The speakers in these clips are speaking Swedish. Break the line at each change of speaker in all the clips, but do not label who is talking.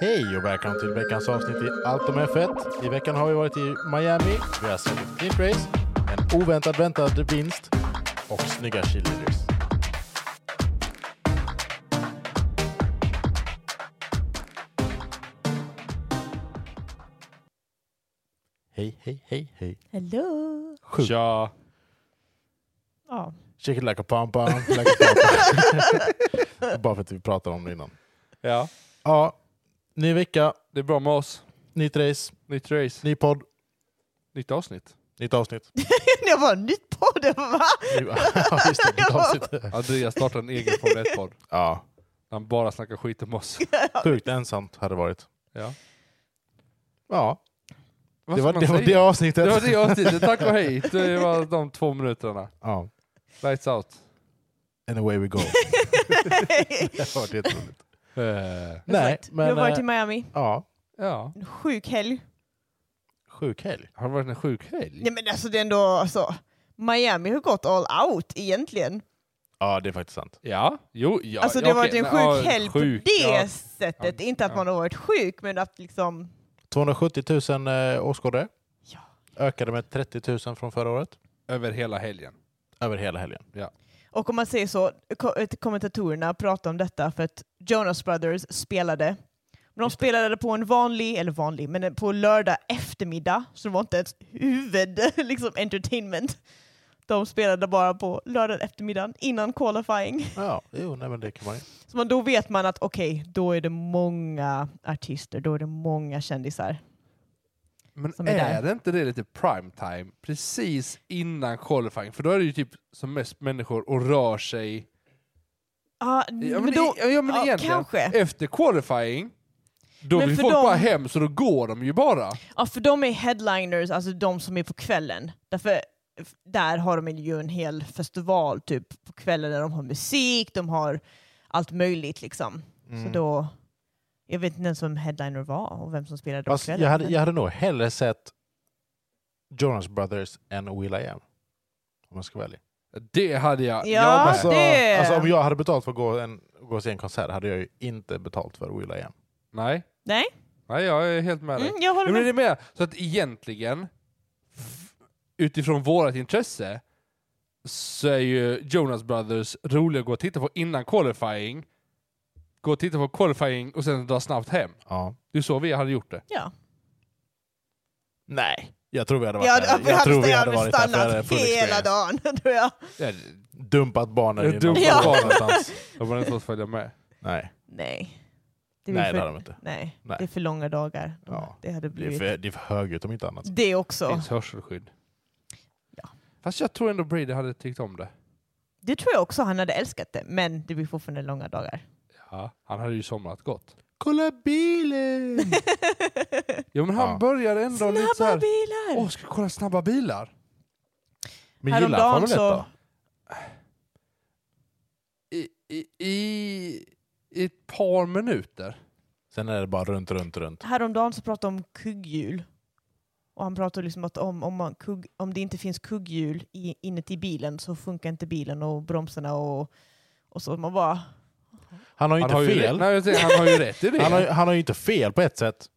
Hej och välkomna till veckans avsnitt i Allt om F1. I veckan har vi varit i Miami, vi har sett ett fint race, en oväntad väntad vinst och snygga cheerleaders. Hej, hej, hej, hej.
Hello!
Sjukt.
Tja!
Ja,
Shake it like a pom pom, like a pom pom. Bara för att vi pratade om det innan.
Ja,
Ja, ny vecka,
det är bra med oss.
nytt race,
Nytt race,
ny podd,
nytt avsnitt.
nytt avsnitt.
det var nytt på det va?
Ny- Ja, just det, nytt avsnitt.
Andreas startar en egen Formel 1-podd.
Ja,
Han bara snackar skit om oss.
sjukt ensamt hade det varit.
Ja.
Ja,
Vad
det
ska
var
man
det, var
säga?
det avsnittet.
det var det avsnittet. Tack och hej. Det var de två minuterna.
Ja,
Lights out.
and away we go. Det var det roligt.
Eh,
Nej,
jag har
men
varit
eh,
i Miami.
ja,
Ja.
En sjuk helg.
sjuk helg.
Har det varit en sjuk helg?
Nej men alltså det är ändå alltså, Miami har gått all out egentligen.
Ja, det är faktiskt sant.
Ja. Jo, ja.
Alltså det
ja,
har varit
okej,
en
men,
sjuk
ja,
helg
sjuk,
på det
ja.
sättet.
Ja,
Inte att
ja.
man har varit sjuk men att liksom,
270 000 eh, åskådare.
Ja.
Ökade med 30 000 från förra året.
Över hela helgen.
Över hela helgen.
och om man säger så, ko- eh, kommentatorerna pratade om detta för att Jonas Brothers spelade. Men de spelade på en vanlig, eller vanlig, men på lördag eftermiddag. Så det var inte ett huvud, liksom entertainment. De spelade bara på lördag eftermiddagen innan qualifying.
Ja, jo, nej, men det kan man ju.
Så man, då vet man att okej, då är det många artister, då är det många kändisar.
Men
Som är
är,
där.
det inte det lite primetime precis innan qualifying? För då är det ju typ som mest människor och rör sig.
Ja,
Ja
Ah, men
men,
då,
i, ja, men
ja,
egentligen,
kanske.
efter qualifying, då
Men
vill
för
folk
dem-
bara hem så då går de ju bara.
ja, för de är headliners, alltså de som är på kvällen. Därför, där har de ju en hel festival typ på kvällen där de har musik, de har allt möjligt liksom.
Mm.
Så då, jag vet inte ens vem headliner var och vem som spelade på
Fast
kvällen.
jag, hade,
men-
jag hade nog hellre sett Jonas Brothers än Will I Am. Om jag ska välja.
Det hade jag.
Ja,
jag
Ah,
bara,
alltså,
det-
alltså, om jag hade betalt för att gå, en, gå och se en konsert hade jag ju inte betalt för Will I Am.
nej,
Nej,
nej, jag är helt med dig.
mm, jag håller
Jo, men
med.
det är med. Så att egentligen, f- utifrån vårt intresse, så är ju Jonas Brothers roliga att gå och titta på innan qualifying. Gå och titta på qualifying och sen dra snabbt hem.
Ja.
Det är så vi hade gjort det.
Ja.
Nej, jag tror vi hade varit
Jag,
där.
jag, jag
tror
hade,
vi
jag
hade
hade
varit där för det hade
stannat
full
hela
experience.
dagen, tror jag.
Ja,
Dumpat barnen
Jag
i
dumpat
någon-
barnen.
någonstans.
De hade inte fått följa med.
Nej,
Nej. Det blir
Nej
för,
det hade de inte.
nej,
Nej.
det är för långa dagar.
Ja.
Det hade
Det är
blivit...
för, det är för högljutt om inte annat.
Det också.
Finns hörselskydd.
Ja.
Fast jag tror ändå Brady hade tyckt om det.
Det tror jag också han hade älskat det, men det blir fortfarande långa dagar.
Ja. Han hade ju somnat gott.
Kolla bilen!
Jo men han
Ja.
började ändå lite så
Snabba
här.
bilar!
Åh, ska vi kolla snabba bilar?
Men
Häromdagen
gillar han Formel 1
så-
då?
I, i, I i ett par minuter.
Sen är det bara runt, runt, runt.
Häromdagen så pratade om kugghjul. Och han pratade liksom att om, om, man kugg, om det inte finns kugghjul i, inuti bilen så funkar inte bilen och bromsarna och, och så. Man bara...
Han har ju inte
har Ju,
fel.
rätt- nej, jag säger, han har ju rätt i det.
han, har, ju- han har ju inte fel på ett sätt.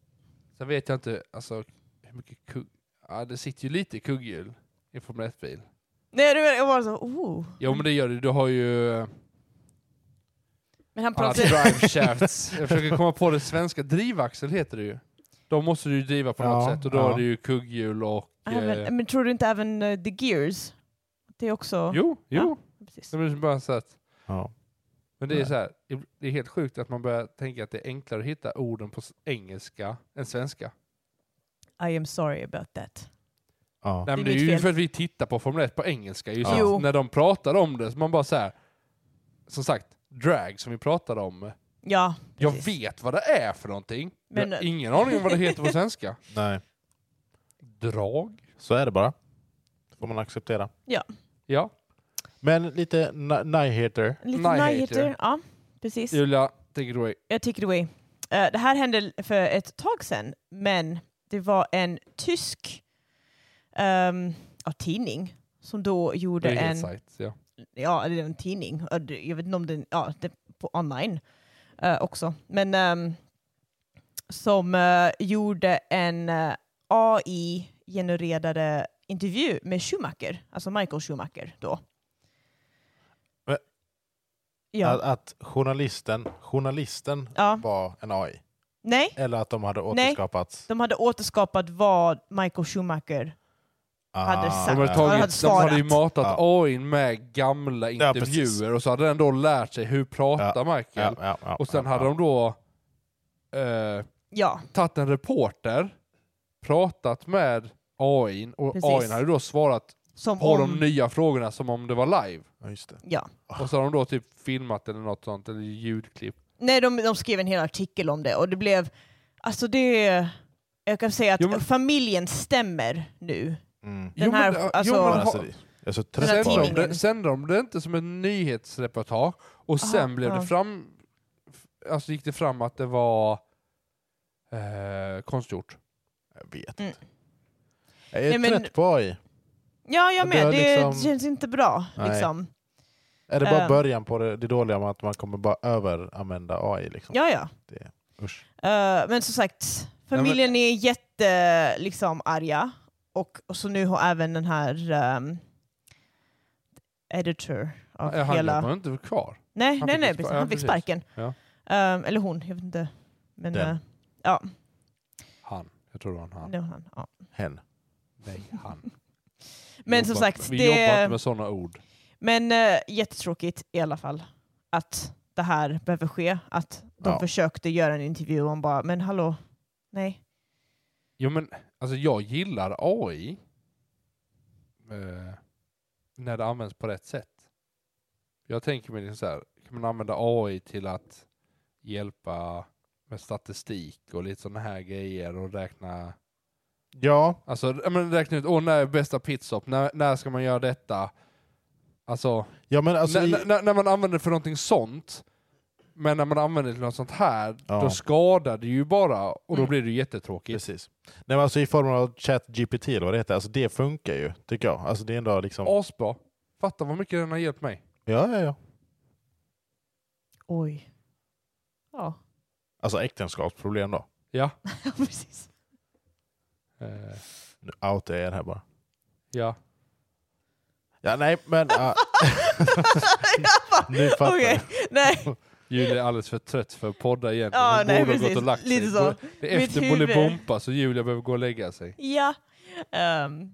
Sen vet jag inte alltså, hur mycket kugg... Ja, det sitter ju lite kugghjul i en Formel 1-bil.
Nej, du vet, jag var så... Oh.
Jo men det gör det. Du har ju eh,
Men han
alla
pratade...
drive shafts. Jag försöker komma på det svenska. Drivaxel heter det ju. De måste du ju driva på något
Ja,
sätt och då
ja.
har du ju kugghjul och... eh,
även, men tror du inte även eh, the gears? Det är också...
Jo, jo.
Precis.
Det blir bara så att,
Ja.
men det är
Nej.
så här, det är helt sjukt att man börjar tänka att det är enklare att hitta orden på s- engelska än svenska.
I am sorry about that.
Ja.
Nej, men
Det är
det är
mitt
ju
fel.
för att vi tittar på Formel 1 på engelska. Just
Ja.
Jo.
När de pratar om det, så man bara så här, som sagt, drag som vi pratade om.
Ja,
Jag
precis.
vet vad det är för någonting, men jag
Men-
har ingen aning om vad det heter på svenska.
Nej,
Drag?
så är det bara. Det får man acceptera.
Ja.
Men lite na- nyheter.
Lite
Nyheter.
nyheter. Ja, precis.
Julia, take it away.
Jag take it away. Eh, det här hände för ett tag sedan, men det var en tysk ehm, ja, tidning som då gjorde en...
Nyhetssajt, ja.
Ja, det är en tidning. Ja, det- Jag vet inte om den... Ja, det, på online eh, också. Men ehm, som eh, gjorde en eh, AI-genererade intervju med Schumacher, alltså Michael Schumacher då.
Men- Att,
Ja.
att journalisten, journalisten
ja.
var en AI.
Nej,
Eller att de hade
Nej.
återskapats.
de hade återskapat vad Michael Schumacher... Hade
Ah.
De
sagt.
hade,
Ja, de hade
tagit, de hade ju
svarat.
matat
Ja.
AI med gamla
Ja, precis.
intervjuer och så hade den då lärt sig hur pratar
Ja,
Michael.
ja, ja,
Och sen
ja,
hade
ja.
de då eh,
Ja,
tagit en reporter, pratat med AI och
Precis. Mm.
AI hade då svarat
som
på
om...
de nya frågorna som om det var live.
Ja, just det.
ja.
Ah.
Och så har de då typ filmat eller något sånt, eller ljudklipp.
Nej, de, de skrev en hel artikel om det och det blev... Alltså det... Jag kan säga att
Jo, men-
familjen stämmer nu.
Mm.
Den
Jo, men
här-
det- jo,
alltså-
men
Men
ha-
alltså, det- jag är så
Den
trött
här
på
sänder, de
det.
tidningen. Ah,
det, sänder de det inte som ett nyhetsreportage och sen
Aha,
blev
ja.
det fram, alltså gick det fram att det var eh, konstgjort.
Jag vet
Mm.
inte. Jag är
Nej, men-
trött på AI.
Ja,
Och
jag
det har
med. Det
liksom-
känns inte bra.
Nej.
Liksom.
Är det bara
Eh.
början på det, det dåliga med att man kommer bara överanvända AI? Liksom?
Ja, ja.
Usch.
Eh, men som sagt, familjen är jätte liksom, arga. Och, och så nu har även den här ehm, editor av
Ja, han
hela...
var inte kvar.
Nej,
Han
nej,
fick
nej,
ju
precis.
spa- ja,
han fick
precis.
sparken.
Ja.
Ehm, eller hon, jag vet inte. Men
Den.
eh, ja,
Han. Jag tror det var en han.
det var han. Ja.
Hen.
Nej, han.
Men
Vi
som
jobbar-
sagt,
vi jobbar inte
det,
med sådana ord.
men eh, jättetråkigt i alla fall att det här behöver ske. Att de
Ja.
försökte göra en intervju och man bara, men hallå, nej.
Jo men, alltså jag gillar AI. Eh, när det används på rätt sätt. Jag tänker mig liksom så här, kan man använda AI till att hjälpa med statistik och lite sådana här grejer och räkna,
Ja,
alltså ja, men räkna ut, åh när är bästa pitstop, när, när ska man göra detta? Alltså,
ja men alltså...
när,
i-
när- när, när man använder det för någonting sånt, men när man använder det till något sånt här,
Ja.
då skadar det ju bara och då
Mm.
blir det ju jättetråkigt.
Precis. Nej, men alltså I form av ChatGPT eller vad det heter. Alltså det funkar ju, tycker jag. Alltså det är ändå liksom...
Asbra. Fatta vad mycket den har hjälpt mig.
Ja, ja, ja.
Oj. Ja,
Alltså äktenskapsproblem då.
Ja.
precis.
Eh,
Nu outar jag er här bara.
ja.
Ja, nej, men... ja,
Jag bara,
nu fattar
Okej,
jag.
nej.
Julia är alldeles för trött för att podda igen.
Ja,
Hon
nej
borde ha gått och lagt
precis.
sig.
Lite så.
Det är
Mitt
efter
huvud.
Bolibompa så Julia behöver gå och lägga sig.
Ja. Ehm,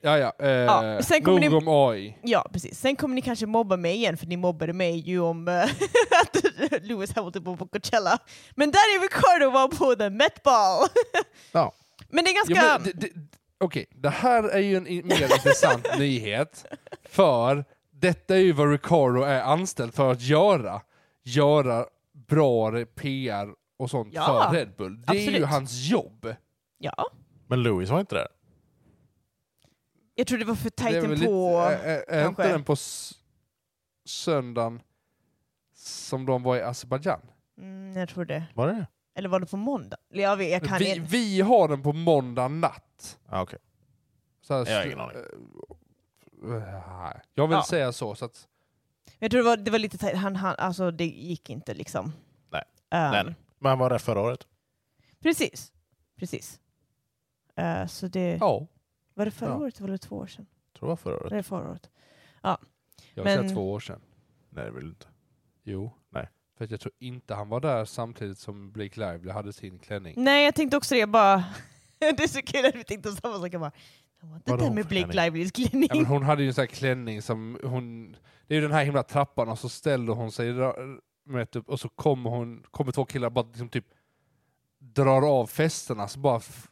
Ja, ja. Eh,
Ja, sen kommer
nog
ni-
om AI.
Ja, precis. Sen kommer ni kanske mobba mig igen, för ni mobbade mig ju om eh, att Lewis Hamilton var typ på Coachella. Men där är Ricardo var på The Met Ball.
Ja.
Men det är ganska...
Ja, men det- det- Okej, det här är ju en i- mer intressant nyhet. För detta är ju vad Ricardo är anställd för att göra. Göra bra PR och sånt
Ja,
för Red Bull. Det är ju
absolut.
hans jobb.
Ja.
Men Louis var inte där.
Jag tror det var för
Det är väl
tajten
lite- eh,
på...
Är, är, är inte
kanske.
den på s- söndagen som de var i Azerbajdzjan?
Mm, jag tror det.
Var det det?
Eller var det på måndag? Jag, vet, jag kan
Vi,
inte.
vi har den på måndag natt.
Ja, okej.
Så här,
Jag har
sl-
ingen aning.
eh, nej. Jag vill
Ja.
säga så, så att
Jag tror det var, det var lite tajt. Han, han, alltså, det gick inte liksom.
Nej.
Ehm,
Nej, nej. Men han var där förra året.
Precis. Precis. Eh, så det...
ja,
Var det förra
Ja.
året eller var det två år sedan?
Tror det var förra året.
Eller förra året?
jag
Men-
säger två år sedan.
Nej, det vill inte.
Jo.
Nej.
För att jag tror inte han var där samtidigt som Blake Lively hade sin klänning.
Nej, jag tänkte också det. Bara... det är så kul att vi tänkte samma sak. Jag bara, det var inte
Vadå
det
hon
med
för
Blake
klänning?
Livelys klänning.
Ja, men hon hade ju en sån här klänning som hon... Det är ju den här himla trappan och så ställde hon sig ra- med upp och så kommer hon, kommer två killar och bara liksom typ drar av festerna så bara f-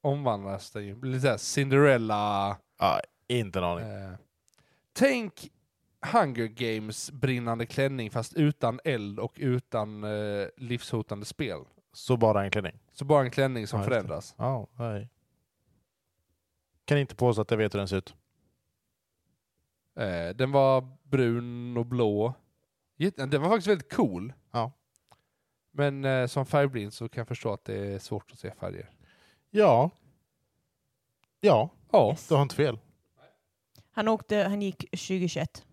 omvandlas den ju. Lite såhär Cinderella...
Ja, inte en aning.
Eh, tänk Hunger Games brinnande klänning fast utan eld och utan eh, livshotande spel.
Så bara en klänning.
Så bara en klänning som
Ja, just det.
förändras.
Ja, nej. Kan inte påstå att jag vet hur den ser ut.
Eh, den var brun och blå. Jätte- Den var faktiskt väldigt cool.
Ja.
Men eh, som färgblind så kan jag förstå att det är svårt att se färger.
Ja. Ja,
Ja,
Yes.
du har inte fel.
Han, åkte, han gick 2021.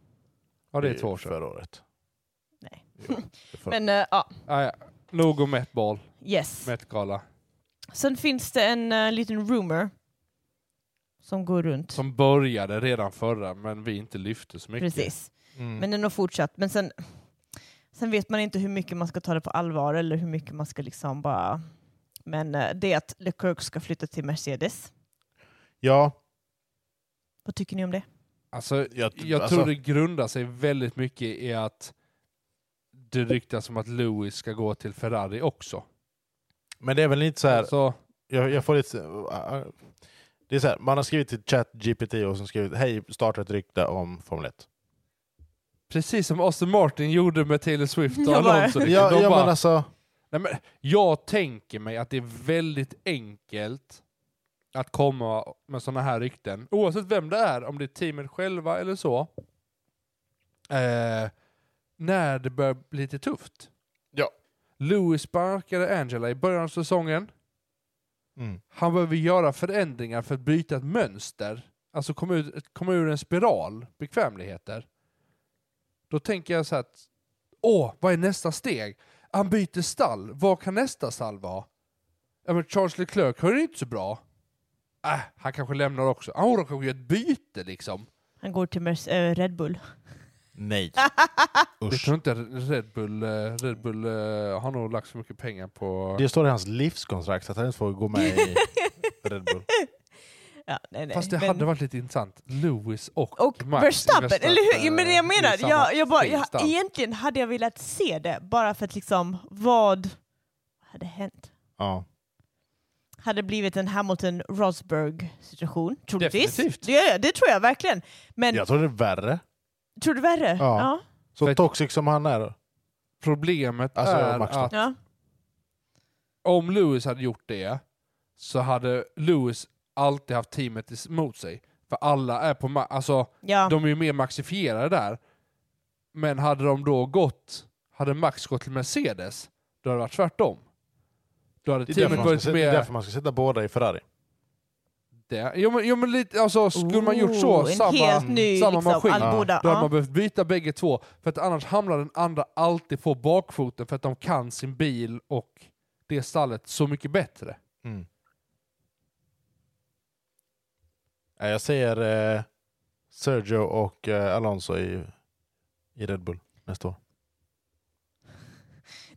ja det är två år sedan.
Förra året.
Nej.
Det får-
Men eh, ja,
Ah, ja. Nog om Met Ball,
yes.
Met Gala.
Sen finns det en eh, liten rumor som går runt.
Som började redan förra, men vi inte lyfte så mycket.
Precis.
Mm.
Men den har fortsatt. Men sen, sen vet man inte hur mycket man ska ta det på allvar eller hur mycket man ska liksom bara... Men eh, det är att LeClerc ska flytta till Mercedes.
Ja,
Vad tycker ni om det?
Alltså,
jag,
jag
alltså,
tror det grundar sig väldigt mycket i att det ryktas om att Lewis ska gå till Ferrari också.
Men det är väl lite så här,
Så,
jag, jag får lite... så- äh, Det är så här, man har skrivit till ChatGPT och som skrivit hej, starta ett rykte om Formel 1.
precis som Aston Martin gjorde med Taylor Swift och
Jag bara-
Alonso. liksom.
Ja,
De
ja
bara,
men alltså,
Nej, men jag tänker mig att det är väldigt enkelt att komma med sådana här rykten, oavsett vem det är, om det är teamet själva eller så, eh, när det börjar bli lite tufft.
Ja.
Lewis sparkade Angela i början av säsongen.
mm,
Han behöver göra förändringar för att bryta ett mönster, alltså komma ur, komma ur en spiral, bekvämligheter. Då tänker jag så här att, åh, vad är nästa steg? Han byter stall, vad kan nästa stall vara? Ja men Charles Leclerc har det inte så bra. Äh, han kanske lämnar också. Ah, de kanske gör ett byte liksom.
Han går till Merce- eh, Red Bull.
nej.
Jag
Usch.
tror inte Red Bull, eh, Red Bull eh, har nog lagt så mycket pengar på...
Det står i hans livskontrakt att han inte får gå med i Red Bull.
Ja, nej, nej.
Fast det
Men-
hade varit lite intressant. Lewis och,
Och
Max i
Verstappen,
Verstappen,
eller hur? Jo, men det jag
eh,
menar.
i samma
Jag, jag bara,
stall.
jag, egentligen hade jag velat se det, bara för att liksom, vad hade hänt?
Ja.
Hade det blivit en Hamilton-Rosberg-situation, troligtvis.
Definitivt.
Det, ja, det tror jag verkligen. Men
Jag tror det är värre.
tror du värre?
Ja.
ja.
Så
För-
toxic som han är.
Problemet
Alltså,
är
Max då.
att
Ja.
om Lewis hade gjort det så hade Lewis alltid haft teamet is- emot sig. För alla är på ma- alltså
ja.
de är ju mer maxifierade där. Men hade de då gått, hade Max gått till Mercedes, då hade det varit tvärtom. Då hade
Det är, därför
teamet
man ska,
varit
sätta- det är
mer...
därför man ska sätta båda i Ferrari.
Det. Jo, men, jo men lite, alltså skulle man gjort så,
Oh, en
samma...
helt ny,
samma
liksom,
maskin.
Alboda.
Då hade
Ja.
man behövt byta bägge två, för att annars hamnar den andra alltid på bakfoten för att de kan sin bil och det stallet så mycket bättre.
Mm. Ja, Jag säger eh, Sergio och eh, Alonso i, i Red Bull nästa år.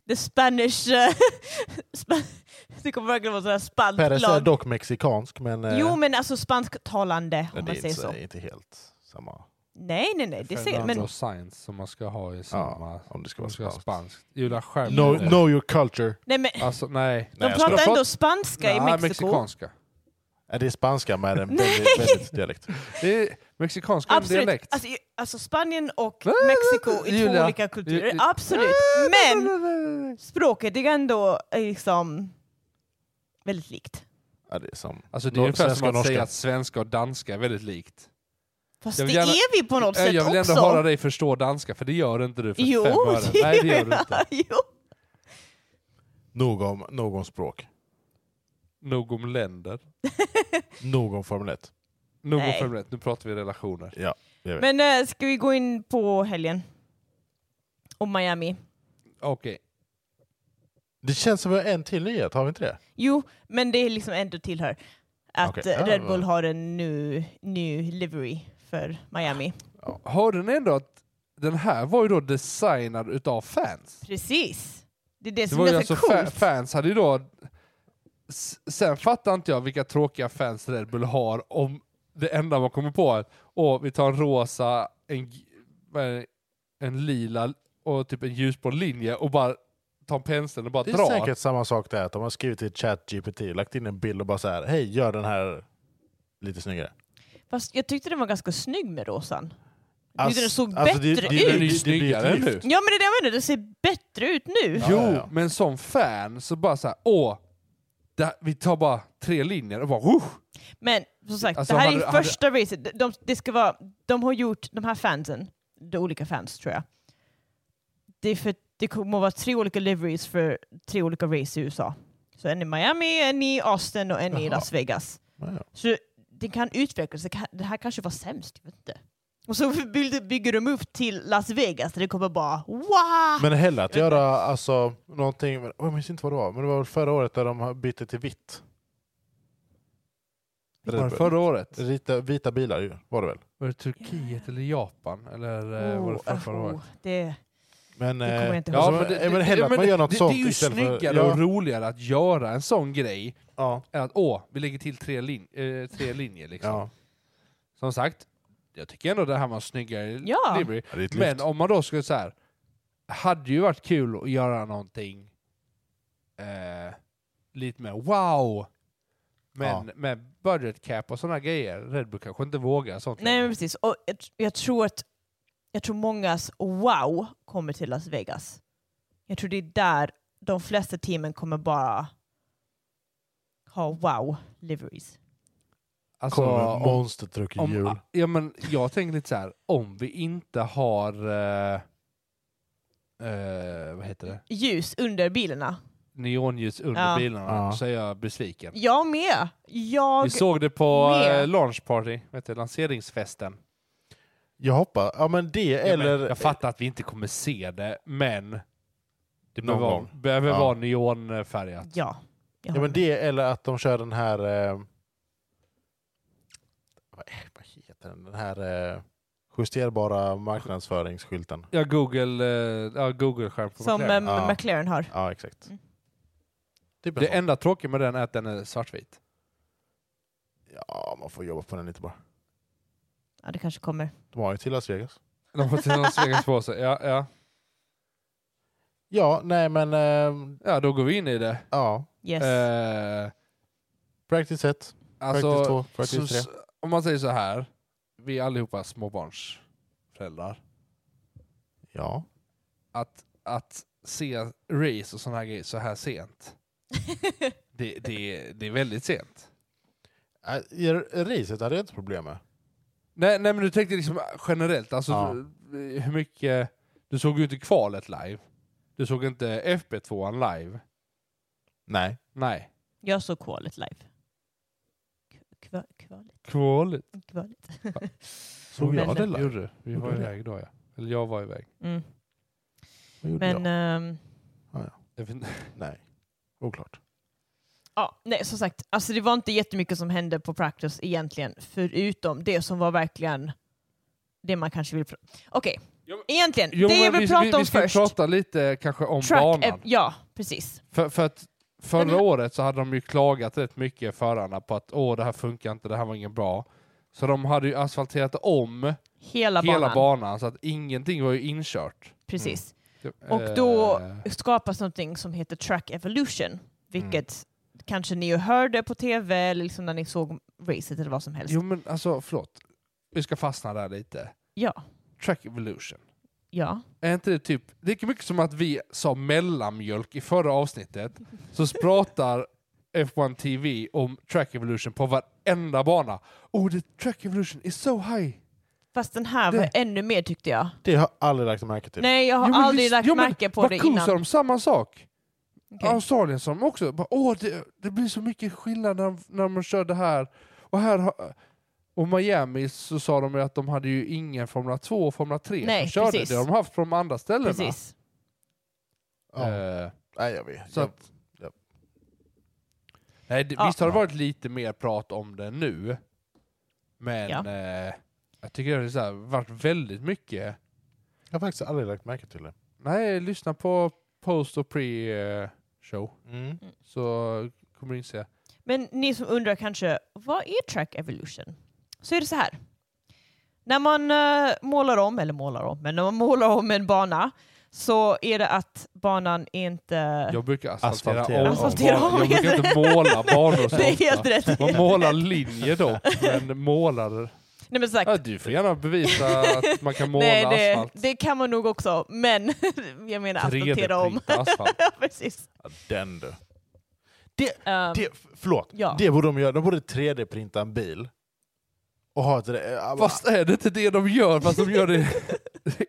The Spanish... eh, Spa- det kommer verkligen vara sådär spanskt
Perez är
lag.
dock mexikansk, men... eh,
Jo, men alltså spansktalande, om
men det
man
är
säger
inte,
så.
inte helt samma.
Nej, nej, nej. Det säger,
Fernando
men
Sainz som man ska ha i samma...
Om det ska
Som
vara
ska ha
spanskt.
spanskt. Julia Stjernberg.
Know, know your culture.
Nej, men
Alltså nej.
de
Nej, jag
pratar
skulle-
ändå spanska i
Nej,
Mexiko.
mexikanska.
Ja, Det är spanska med en
Nej.
väldigt, väldigt dialekt.
Det är mexikanska är en
Absolut.
dialekt.
Alltså, ju- alltså Spanien och
Nej,
Mexiko är två
Julia.
olika kulturer.
Ju-
Absolut. Men språket det är ändå eh, liksom väldigt likt.
Ja, det är som...
Alltså det är
Nor-
ungefär som
svenska
att
och
säga
norska.
att svenska och danska är väldigt likt.
Fast det
Jag vill gärna-
är vi på något
Äh,
sätt
Jag vill ändå
också.
höra dig förstå danska, för det gör inte du för
jo,
fem öre. Nej, det gör du inte.
jo.
Nog om, nog om språk.
Nog om länder.
Nog om Formel 1.
Nog om
Nej.
Formel 1. Nu pratar vi relationer.
Ja, jag vet.
Men eh, ska vi gå in på helgen? Och Miami.
Okej.
Det känns som vi har en till nyhet, har vi inte det?
Jo, men det är liksom ändå tillhör att
Okej.
eh,
Ja,
Red
vad-
Bull har en ny, ny livery för Miami.
Hörde ni ändå att den här var ju då designad utav fans?
Precis. Det är det,
Det
som
var
är
ju
så
alltså fa-
coolt.
fans hade ju då... S- Sen fattar inte jag vilka tråkiga fans Red Bull har om det enda man kommer på är åh, vi tar en rosa, en, g- vad är det? en lila och typ en ljusblå linje och bara tar penseln och bara
Det är
drar.
säkert samma sak där, att de har skrivit till ChatGPT, lagt in en bild och bara så här, hej, gör den här lite snyggare.
Fast jag tyckte den var ganska snygg med rosan. Jag
Ass-
tyckte den såg
alltså,
bättre
det- det-
ut.
Den är ju
blir
snyggare
ett
nu.
lyft.
Ja men det är det jag menar, den ser bättre ut nu.
Ja.
Jo, men som fan så bara så här, åh, det här, vi tar bara tre linjer och bara whoosh.
Men som sagt,
Alltså,
det här
hade-
är
hade-
första racet. De, de, det ska vara, de har gjort, de här fansen, de olika fans tror jag. Det, är för, det kommer att vara tre olika liveries för tre olika race i USA. Så en i Miami, en i Austin och en i
Jaha.
Las Vegas.
Ja, ja.
Så det kan utvecklas, det, kan, det här kanske var sämst, jag vet inte. Och så bygger- bygger de upp till Las Vegas där det kommer bara wow!
Men hellre att göra alltså, någonting, men- jag minns inte vad det var, men det var väl förra året där de bytte till vitt.
Var det förra året?
Rita, vita bilar ju, var det väl?
Var det Turkiet eller Japan? Eller eh, var det förra, förra året?
Oh, det,
Men,
Det kommer jag inte
eh,
ihåg.
alltså,
Ja, men
eh, men hellre
ja,
att
men
man gör något
det,
sånt
det är ju
istället för-
snyggare
ja,
och roligare att göra en sån grej
ja,
än att åh, vi lägger till tre, lin eh, tre linjer. Liksom.
ja.
Som sagt, jag tycker ändå det här var en snyggare
Ja.
livery.
Ja, det är ett lyft.
Men om man då skulle så här, hade ju varit kul att göra någonting eh, lite mer wow. Men med budget cap och sådana grejer, Red Bull kanske inte vågar sånt
nej men
längre.
precis. Och jag, tr- jag tror att jag tror mångas wow kommer till Las Vegas. Jag tror det är där de flesta teamen kommer bara ha wow liveries.
Alltså,
Kommer med
om-
monstertruck i jul.
Om, ja, men jag tänker lite så här, om vi inte har... Eh, eh, vad heter det?
Ljus under bilarna.
Neonljus under
Ja.
bilarna
Ja.
så är jag besviken.
Jag med!
Vi
Jag...
såg det på
med.
eh, launch party, vet du, lanseringsfesten.
Jag hoppas, ja men det
jag,
eller...
men, jag fattar att vi inte kommer se det, men det
Någon
behöver, vara-
gång.
behöver
Ja.
vara neonfärgat.
Ja. Jag
Ja, men
håller med.
det eller att de kör den här... Eh, vad är- vad heter den? Den här eh, justerbara marknadsföringsskylten.
Ja, Google, eh, ja, Google-skärm på
Som
McLaren.
eh,
Ja.
McLaren har.
Ja, exakt.
Mm.
Typ en
Det
sån.
enda tråkiga med den är att den är svartvit.
Ja, man får jobba på den lite bara.
Ja, det kanske kommer.
De har ju till Las Vegas.
De får till Las Vegas på sig. Ja, ja.
Ja, nej men... Eh,
ja, då går vi in i det.
ja.
Yes.
Eh,
Practice 1, practice
alltså,
2, practice
så,
3.
om man säger så här, vi är allihopa småbarnsföräldrar.
Ja.
Att, att se race och sådana här grejer så här sent, det, det, det är väldigt sent.
Äh, i- Racet hade jag inte problem med.
Nej, nej men du tänkte liksom generellt, alltså
Ja.
du- hur mycket... Du såg ju inte kvalet live. Du såg inte FB2an live.
Nej.
Nej.
Jag såg kvalet live. K- kva- kvalet?
Kvalet?
Kvalet?
Såg
Men-
jag det live?
Gjorde du? Vi var
Gjorde du?
iväg då ja. Eller jag var iväg.
Mm.
Vad gjorde
Men
jag?
ehm,
Jag vet inte.
Nej. Oklart.
ja, nej, som sagt, alltså det var inte jättemycket som hände på practice egentligen, förutom det som var verkligen det man kanske vill prata Okej,
Jo, men-
egentligen,
Jo,
det jag
men
vill
vi,
prata
vi,
om
vi ska
först.
prata lite kanske om
Track,
banan.
eh, ja, precis.
För, för att förra
Men-
året så hade de ju klagat rätt mycket förarna på att åh det här funkar inte, det här var ingen bra. Så de hade ju asfalterat om
Hela,
hela
banan.
banan, så att ingenting var ju inkört.
precis.
Eh,
Och då
Mm.
skapas någonting som heter Track Evolution, vilket
Mm.
kanske ni ju hörde på tv eller liksom när ni såg racet eller vad som helst.
Jo men alltså förlåt, vi ska fastna där lite.
Ja,
Track Evolution.
ja.
Är inte det typ, lika mycket som att vi sa mellanmjölk i förra avsnittet, så pratar F1 TV om Track Evolution på varenda bana. Oh, the Track Evolution is so high!
Fast den här
Det-
var ännu mer tyckte jag.
Det har jag aldrig lagt märke till.
Nej, jag har
Jo, men
aldrig
visst-
lagt
jo, men
märke på
vad
det
coolt,
innan.
sa de samma sak.
Okej.
Australien som också, bara, åh det, det blir så mycket skillnad när, när de kör det här. Och här har- och Miami så sa de ju att de hade ju ingen Formula 2 och Formula 3
Nej,
som körde.
precis.
Det har de haft på de andra ställena.
Precis.
Ja.
Eh,
Nej, jag vet.
Så
Jag,
att,
ja.
Nej, det,
Ja.
Visst har det varit lite mer prat om det nu, men
Ja.
eh, jag tycker det har varit väldigt mycket.
jag har faktiskt aldrig lagt märke till det.
Nej, lyssna på post och pre-show
Mm.
så kommer du inse.
Men ni som undrar kanske, vad är track evolution? Så är det så här. När man eh, målar om, eller målar om, men när man målar om en bana så är det att banan är inte...
Jag brukar asfaltera,
Asfaltera
om.
om.
Asfaltera om,
Jag brukar inte måla banor så
det är helt
ofta.
rätt.
Man målar linjer då, men målar...
Nej, men sagt,
Ja, du får gärna bevisa att man kan måla
nej, det,
asfalt.
det kan man nog också, men jag menar asfaltera om.
3D-printa asfalt.
Ja, Precis.
Ja, Den
Um,
du.
Ehm,
Det, f- förlåt,
Ja.
det borde de göra. De borde 3D-printa en bil. Och ha ett... eh,
Fast är det inte det de gör? Fast de gör det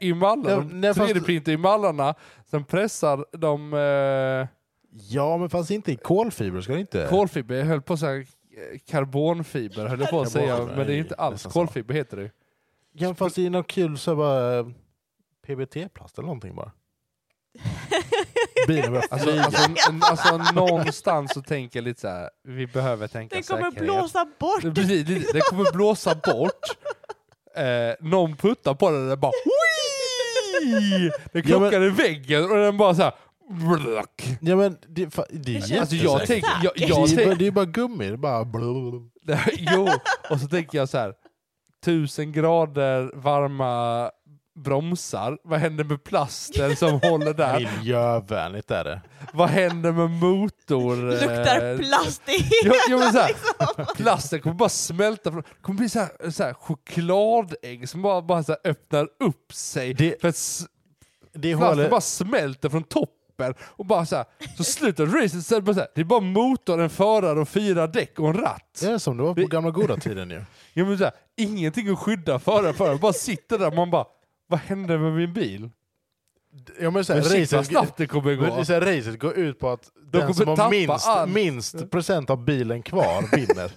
i mallarna.
Ja,
De
nej, fast-
3D-printar i mallarna, sen pressar de eh,
Ja, men fast inte i kolfiber ska det inte...
kolfiber, jag höll på att säga eh, karbonfiber, höll jag på att säga,
Karbonfiber,
men det är
nej,
inte alls
nästan så.
kolfiber heter det ju.
Ja, fast det är något kul så bara eh, PBT-plast eller någonting bara. Bilen börjar
Alltså,
flyga.
alltså, n- alltså någonstans så tänker jag lite så här. vi behöver tänka
Den kommer
säkerhet.
blåsa bort!
Det, precis, det, det kommer blåsa bort. Eh, någon puttar på den och den bara Oj! Den
Ja, men-
krockar i väggen och den bara så här. Black.
Ja men det, fa- det är
Alltså
jättesäkert.
jag tänker, jag,
det,
jag
är,
tänk,
bara- det är bara gummi. Det är bara blub.
jo, och så tänker jag så här. Tusen grader varma bromsar. Vad händer med plasten som håller där?
Miljövänligt är det.
Vad händer med motor?
Det luktar
eh,
plast i
Jo, jo, men så här,
liksom.
Plasten kommer bara smälta, från- det kommer bli så här, så här chokladägg som bara, bara så här öppnar upp sig.
Det-
för att s-
Det
plasten
håller,
bara smälter från toppen. Och bara så, här, så slutar racet, så är det, bara så här, det är bara motorn, en förare och fyra däck och en ratt.
det är som det var på
Det-
gamla goda tiden ju.
Ja, men så här, ingenting att skydda föraren för, bara sitter där man bara vad hände med min bil?
Ja, men så här,
Men shit vad
racet,
snabbt det kommer
men det
gå.
är så här, racet går ut på att den
kommer
som har
tappa
minst,
allt.
minst procent av bilen kvar vinner.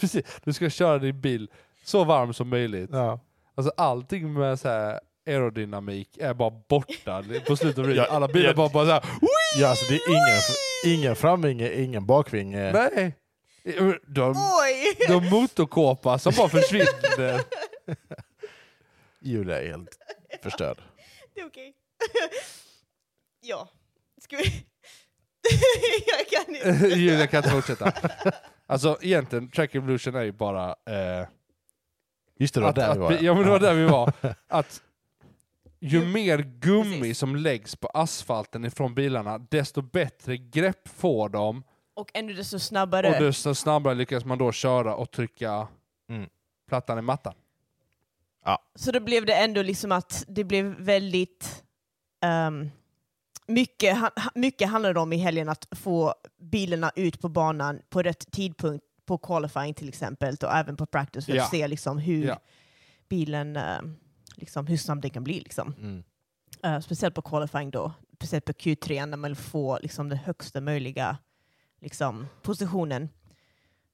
Precis, du ska köra din bil så varm som möjligt.
ja.
Alltså allting med så här aerodynamik är bara borta på slutet av racet.
Ja,
Alla bilar
ja.
bara, bara så här,
ja, alltså det är ingen, ingen framvinge, ingen bakvinge.
Nej! De,
Oj!
de motorkåpa som bara försvinner.
Julia är helt förstörd.
Det är okej. ja. Ska vi... jag kan inte.
Julia kan inte fortsätta. Alltså egentligen, Track Evolution är ju bara... Eh,
Just det, det var
att,
där
att,
vi var.
Ja men det var
Ja.
där vi var. Att ju
Ju-
mer gummi
precis.
som läggs på asfalten ifrån bilarna, desto bättre grepp får de.
Och ännu desto snabbare.
Och desto snabbare lyckas man då köra och trycka
Mm.
plattan i mattan.
Så då blev det ändå liksom att det blev väldigt... ehm, mycket, ha- ha- mycket handlade om i helgen att få bilarna ut på banan på rätt tidpunkt på qualifying till exempel och även på practice för att
Ja.
se liksom hur
Ja.
bilen, ehm, liksom, hur snabb den kan bli. Liksom.
Mm.
Eh, speciellt på qualifying då, speciellt på Q3 när man får liksom, den högsta möjliga liksom, positionen.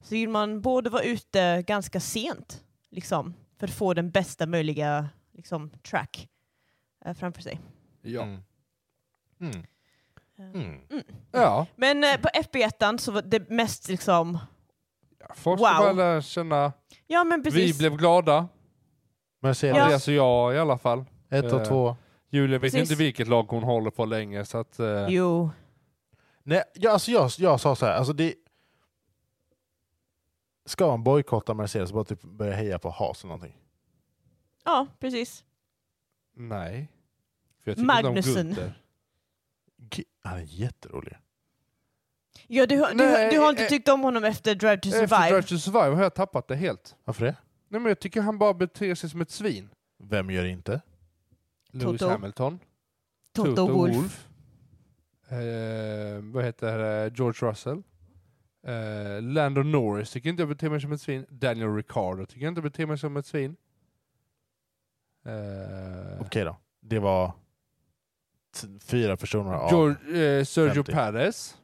Så vill man både vara ute ganska sent liksom, för att få den bästa möjliga liksom, track eh, framför sig.
Ja.
Mm. Mm.
Eh,
Mm.
ja.
Men eh, på FB1 så var det mest liksom,
Folk
Wow.
ska bara lära känna.
ja men
Vi
precis.
blev glada.
Mercedes,
Ja.
Andreas och jag i alla fall.
ett och
Eh.
två.
Julia vet
Precis.
inte vilket lag hon håller på länge så att... eh,
Jo.
Nej, jag, alltså jag, jag sa så här, alltså det... Ska man bojkotta Mercedes och bara typ börja heja på Haas eller någonting?
Ja, precis.
Nej. För jag tycker inte om
Magnussen.
Gunther.
G- Han är jätterolig.
Ja, du, har- du,
Nej,
har- du har inte
eh,
tyckt om honom efter Drive to
Efter
Survive?
Eh, Drive to Survive har jag tappat det helt.
Varför det?
Nej men jag tycker han bara beter sig som ett svin.
Vem gör inte?
Lewis
Toto.
Hamilton.
Toto, Wolff.
Eh, vad heter eh, George Russell. Eh, Lando Norris tycker inte jag beter mig som ett svin. Daniel Ricciardo tycker jag inte beter mig som ett svin. Eh,
Okej då. Det var t- fyra personer av...
George, eh, Sergio
50.
Perez.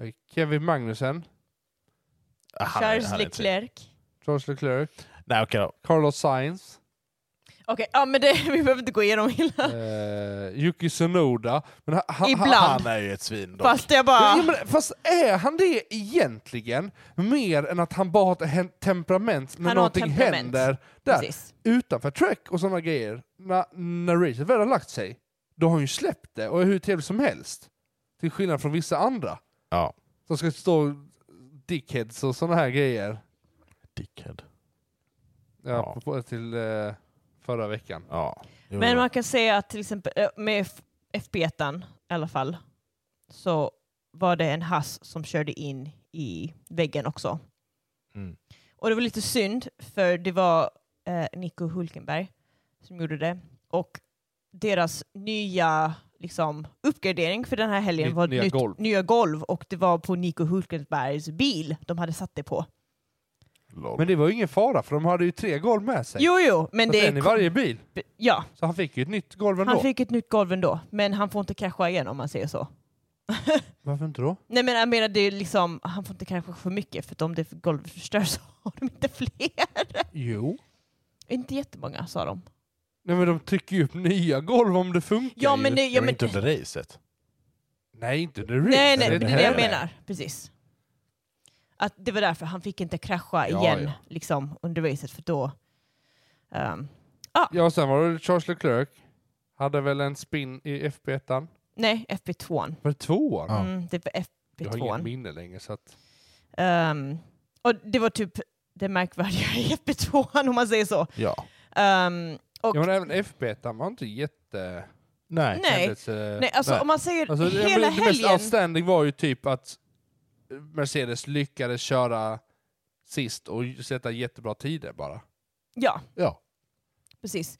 Eh, Kevin Magnussen.
Ah, han är-
Charles
han är tre.
Leclerc.
Charles Leclerc.
Nej okej då.
Carlos Sainz.
Okej, ja, men det, vi behöver inte gå igenom hela.
eh, Yuki Sonoda. Men ha, ha,
Ibland.
Ha,
Han är ju ett svin då.
Fast jag bara...
Ja, men, fast är han det egentligen? Mer än att han bara har ett hen- temperament när
Han har
någonting
temperament.
händer där
Precis.
utanför track och sådana grejer. När, när racet väl har lagt sig, då har han ju släppt det och är hur trevlig som helst. Till skillnad från vissa andra
Ja.
som ska stå dickheads och sådana här grejer.
Dickhead.
Ja,
Ja.
apropå till eh, förra veckan.
Ja. Jo,
Men man kan säga att till exempel eh, med F- FB1 i alla fall så var det en hass som körde in i väggen också.
Mm.
Och det var lite synd för det var eh, Nico Hulkenberg som gjorde det. Och deras nya liksom, uppgradering för den här helgen
Nytt-
var
nya
nytt,
golv.
nya golv och det var på Nico Hulkenbergs bil de hade satt det på.
Lol.
Men det var ju ingen fara för de hade ju tre golv med sig.
Jo, jo, men
Så
det
att
är...
en i
ko-
varje bil.
Ja,
Så han fick ju ett nytt golv ändå.
han fick ett nytt golv ändå, men han får inte krascha igen om man säger så.
Varför inte då?
Nej men jag menar det är liksom, han får inte kanske för mycket för att om det golvet förstörs så har de inte fler.
Jo.
Inte jättemånga sa de.
Nej men de trycker ju upp nya golv om det funkar
Ja
ju.
men, det- ja,
Jag men
men
inte under racet.
Nej inte under race.
Nej, nej, det
det
är det
här
jag
är det.
menar. Precis. Att det var därför han fick inte krascha
Ja,
igen
ja.
Liksom, under racet, för då... ehm,
Ja och sen var det Charles Leclerc. Hade väl en spin i FP1.
nej, FP2.
Var det tvåan?
Ja.
Mm, det var
Jag har ingen
FP2.
minne längre så att...
Ehm, och det var typ det märkvärdiga i FP2 om man säger så.
Ja.
Ehm, och,
Ja men även FP1 var inte jätte...
Nej.
Nej.
händelse-
nej, alltså,
nej.
om man säger
Alltså, det-
hela
det mest
helgen...
outstanding var ju typ att Mercedes lyckades köra sist och sätta jättebra tider bara.
Ja,
Ja.
precis.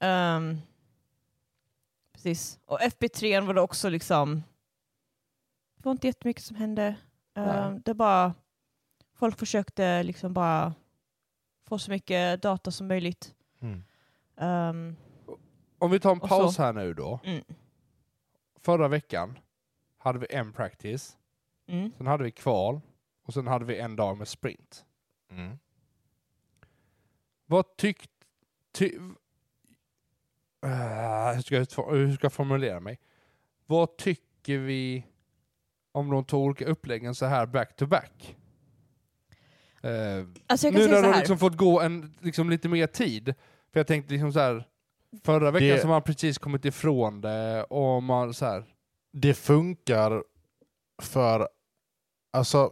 Ehm, precis. Och FP3 var det också liksom... Det var inte jättemycket som hände. Ehm, det bara... Folk försökte liksom bara få så mycket data som möjligt.
Mm.
Ehm,
Om vi tar en
Och
paus
så.
här nu då.
mm,
Förra veckan hade vi en practice,
mm,
sen hade vi kval och sen hade vi en dag med sprint.
Mm.
Vad tyckte... Ty, Eh, hur, ska jag, utfo- hur ska jag formulera mig? Vad tycker vi om de två olika uppläggen så här back to back? Eh,
Alltså jag kan säga
Nu när
så
de
här.
liksom fått gå en, liksom lite mer tid. För jag tänkte liksom så här. Förra veckan
Det-
så har man precis kommit ifrån det och man så här.
Det funkar för... Alltså,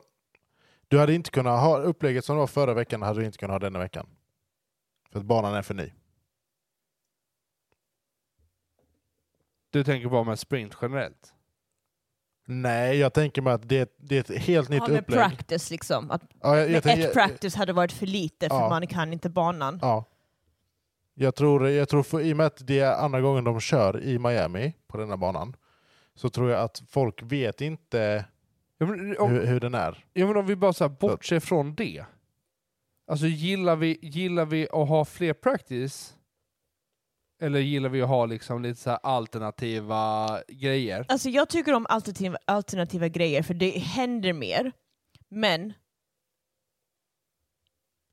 du hade inte kunnat ha upplägget som det var förra veckan, hade du inte kunnat ha denna veckan. För att banan är för ny.
Du tänker bara med sprint generellt.
Nej, jag tänker mig att det, det är ett helt nytt
Ja, med
upplägg.
practice liksom. Att
Ja, jag,
med
jag
ett
tänker-
practice hade varit för lite för
Ja.
man kan inte banan.
Ja. Jag tror, jag tror för, i och med att det är andra gången de kör i Miami på denna banan så tror jag att folk vet inte
Ja men, om,
hur, hur den är.
ja, men om vi bara så här bortser från det. Alltså gillar vi, gillar vi att ha fler practice? Eller gillar vi att ha liksom lite så här alternativa grejer?
Alltså jag tycker om alternativa, alternativa grejer för det händer mer. Men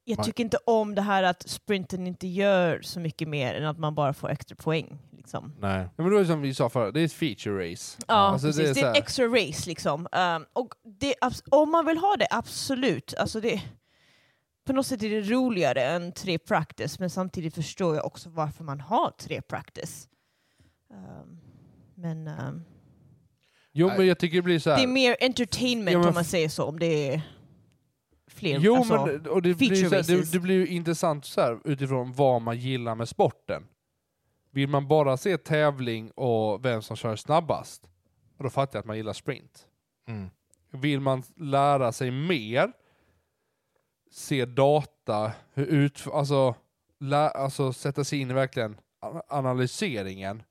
jag
Man-
tycker inte om det här att sprinten inte gör så mycket mer än att man bara får extra poäng. Liksom.
Nej.
Ja, men då är det som vi sa förra, det är ett feature race.
Ja,
Alltså, det
precis.
är
Det är,
så här-
ett extra race liksom. Ehm, och det, är abs- om man vill ha det, absolut. Alltså det, på något sätt är det roligare än tre practice, men samtidigt förstår jag också varför man har tre practice. Ehm, men ehm,
Jo
Nej.
men jag tycker det blir så här.
det är mer entertainment
Ja, men
om man säger så, om det är fler.
Jo,
alltså,
men och det, blir
feature
ju så här,
races.
det, det blir ju intressant så här, utifrån vad man gillar med sporten. Vill man bara se tävling och vem som kör snabbast, och då fattar jag att man gillar sprint.
Mm.
Vill man lära sig mer, se data, hur ut, alltså, lä, alltså sätta sig in i verkligen a- analyseringen.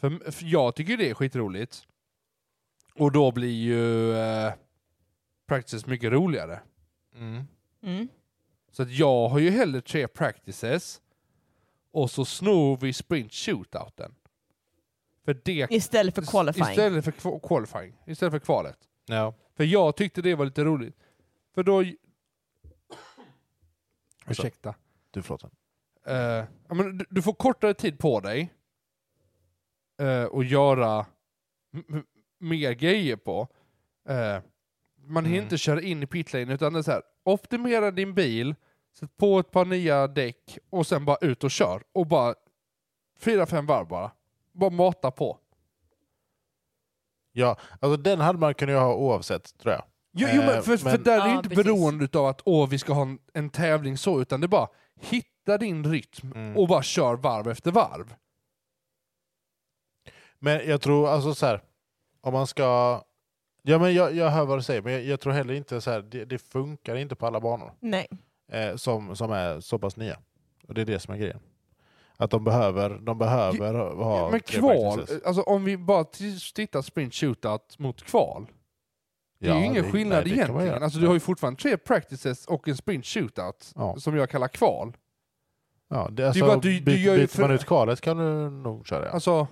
För, för jag tycker det är skitroligt. Och då blir ju eh, practice mycket roligare.
Mm.
Mm.
Så att jag har ju hellre tre practices och så snor vi sprint shootouten. För det...
Istället för qualifying.
Istället för kva- qualifying. Istället för kvalet.
Ja.
För jag tyckte det var lite roligt. För då... Ursäkta.
Du, förlåt.
Eh, ja, men du, du får kortare tid på dig eh, och göra m- m- mer grejer på. Eh, man hinner
Mm.
inte köra in i pitlane utan det är så här, optimera din bil, sätt på ett par nya däck och sen bara ut och kör. Och bara fyra, fem varv bara. Bara mata på.
Ja, alltså den hade man kunnat ha oavsett, tror jag.
Jo, jo
Eh,
men för, för
men-
där är det
Ja,
inte
precis.
beroende av att åh, vi ska ha en, en tävling så, utan det är bara hitta din rytm
Mm.
och bara kör varv efter varv.
Men jag tror, alltså så här, om man ska... Ja, men jag, jag hör vad du säger, men jag, jag tror heller inte så här, det, det funkar inte på alla banor.
Nej.
eh, som, som är så pass nya. Och det är det som är grejen. Att de behöver, de behöver ha...
Men
tre
kval,
practices.
alltså om vi bara t- tittar sprint shootout mot kval, det är
Ja,
ju ingen
det-
skillnad
nej, det kan man
egentligen.
göra.
Alltså du har ju fortfarande tre practices och en sprint shootout,
Ja.
som jag kallar kval.
Ja, det, alltså,
bara att du- du
byt-
gör ju
byter
för-
man ut kvalet kan du nog köra. Ja.
Alltså,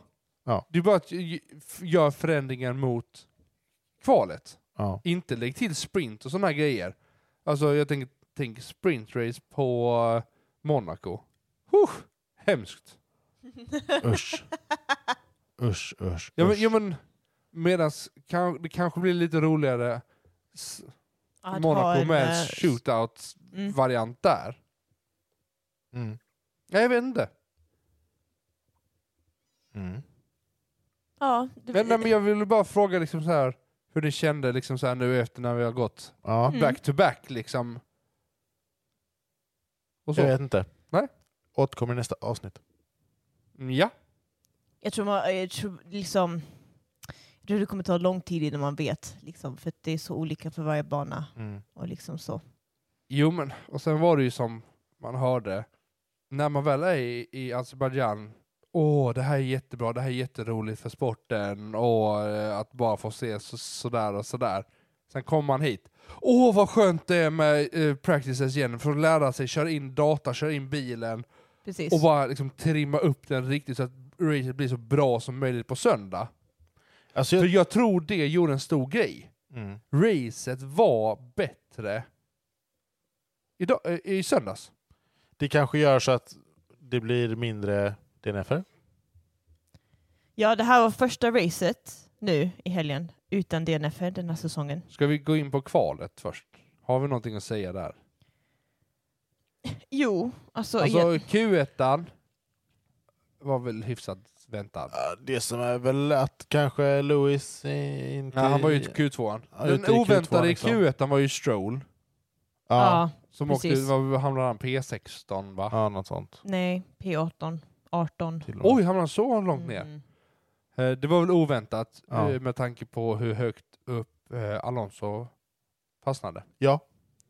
Ja.
du bara t- f- gör förändringen mot kvalet.
Ja.
Inte lägg till sprint och sådana grejer. Alltså jag tänker tänk sprintrace på eh, Monaco. Huh, hemskt.
Usch. Usch, usch,
Ja, men,
usch.
ja, men, medans kan, det kanske blir lite roligare s-
Att ha
Monaco
en,
med
eh,
en shootout-variant
mm.
där.
Mm.
Nej, jag vet inte.
Mm.
Ja, det,
Men, nej, men jag ville bara fråga liksom så här, hur ni kände liksom så här nu efter när vi har gått
Ja,
Mm.
back to back. Liksom. Och
jag
så.
vet inte.
Nej.
Återkommer i nästa avsnitt.
Mm, Ja,
jag tror man, jag tror liksom, jag tror det kommer ta lång tid innan man vet, liksom, för att det är så olika för varje bana.
Mm.
Och liksom så.
jo men. Och sen var det ju som man hörde, när man väl är i, i Azerbaijan Åh, det här är jättebra, det här är jätteroligt för sporten och eh, att bara få se så, sådär och sådär. Sen kommer man hit. Åh, vad skönt det är med eh, practices igen, för att lära sig köra in data, köra in bilen,
Precis.
Och bara liksom trimma upp den riktigt så att racet blir så bra som möjligt på söndag.
Alltså
För
jag...
jag tror det gjorde en stor grej.
Mm.
Racet var bättre idag, eh, i söndags.
Det kanske gör så att det blir mindre DNFer.
Ja, det här var första racet nu i helgen utan DNF den här säsongen.
Ska vi gå in på kvalet först? Har vi någonting att säga där?
Jo, alltså,
Alltså
igen,
Q1 var väl hyfsat väntad.
Ja, Det som är väl att kanske Lewis eh, inte...
Nej, han var ju ute i Q2.
Ja,
Den
ute i Q2,
oväntade i
liksom.
Q1 var ju Stroll.
Ja,
ja,
Som
Precis.
åkte, vad hamnade han? P16 va?
ja något sånt.
nej, P18, 18.
Till och med.
Oj, hamnade han så långt ner?
Mm.
Eh, Det var väl oväntat
Ja.
eh, med tanke på hur högt upp eh, Alonso fastnade.
Ja,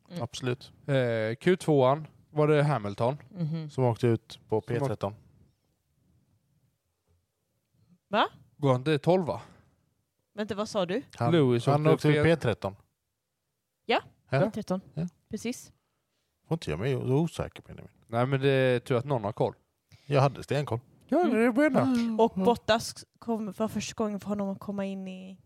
Mm.
absolut.
Eh, Q2 var det Hamilton.
Mhm.
Som åkte ut på
Som åkte-
P13.
Går han till 12 va?
Vänta, vad sa du?
Han,
Lewis
han
åkte
åkte
upp
ut P13. Ja.
13.
Ja.
Precis.
Får inte jag mig så osäker Benjamin.
Nej men det är tur att någon har koll.
Jag hade stenkoll.
Ja det är det jag menar.
Mm.
Och Bottas kom, var första gången för honom att komma in i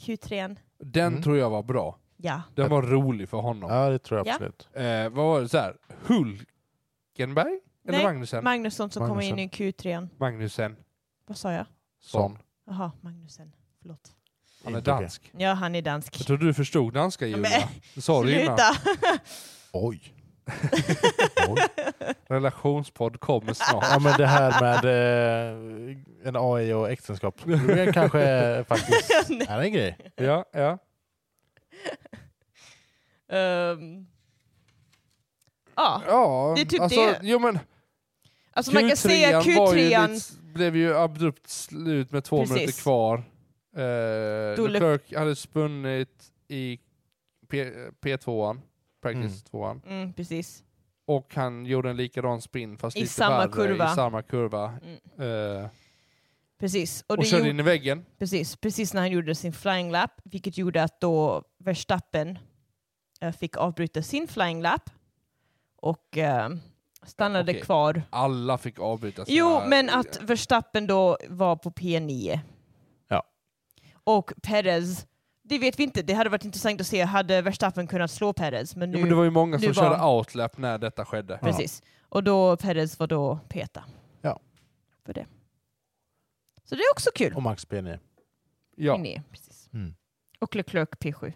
Q3.
Den
Mm.
tror jag var bra.
Ja.
Den
Ett-
var rolig för honom.
Ja, det tror jag
Ja.
absolut.
Eh, vad var det så här? Hulkenberg? Eller
Nej,
Magnusen?
Magnusson som kom in
Magnusson.
i Q3.
Magnusen.
Vad sa jag?
Sån.
Jaha, Magnusen. Förlåt.
Han är
Inte okej.
dansk.
Ja, han är dansk.
Jag tror du förstod danska
Ja,
Julia.
men-
Det sa du innan.
Sluta!
Oj. Oj.
Relationspodd kommer snart.
Ja men det här med eh, en AI och äktenskap. Det är kanske faktiskt
Nej.
är en grej.
ja, ja.
Ehm. Ja,
Ja,
Det är typ
alltså,
det.
Jo, men
alltså man kan säga
Q3 var ju
Q3,
lite, blev ju abrupt slut med två
Precis.
minuter kvar. Eh,
Då Le-
Leclerc hade spunnit i P, P2, practice
Mm.
2
mm, precis.
och han gjorde en likadan spin fast
I
lite
samma
värre,
kurva.
i samma kurva.
Mm.
Eh,
Precis. Och
och
det
körde
gjorde-
in i väggen.
Precis, precis när han gjorde sin flying lap, vilket gjorde att då Verstappen eh, fick avbryta sin flying lap och eh, stannade
Okej. Alltså,
kvar.
Alla fick avbryta sina...
Jo, men att Verstappen då var på P9.
Ja.
Och Perez, det vet vi inte. Det hade varit intressant att se, hade Verstappen kunnat slå Perez? Men nu,
Jo, men det var ju många
nu
som
var-
körde outlap när detta skedde.
precis. Och då Perez var då peta.
Ja.
För det. Så det är också kul.
Och Max P9.
Ja.
Inne, precis.
Mm.
Och Leclerc P7.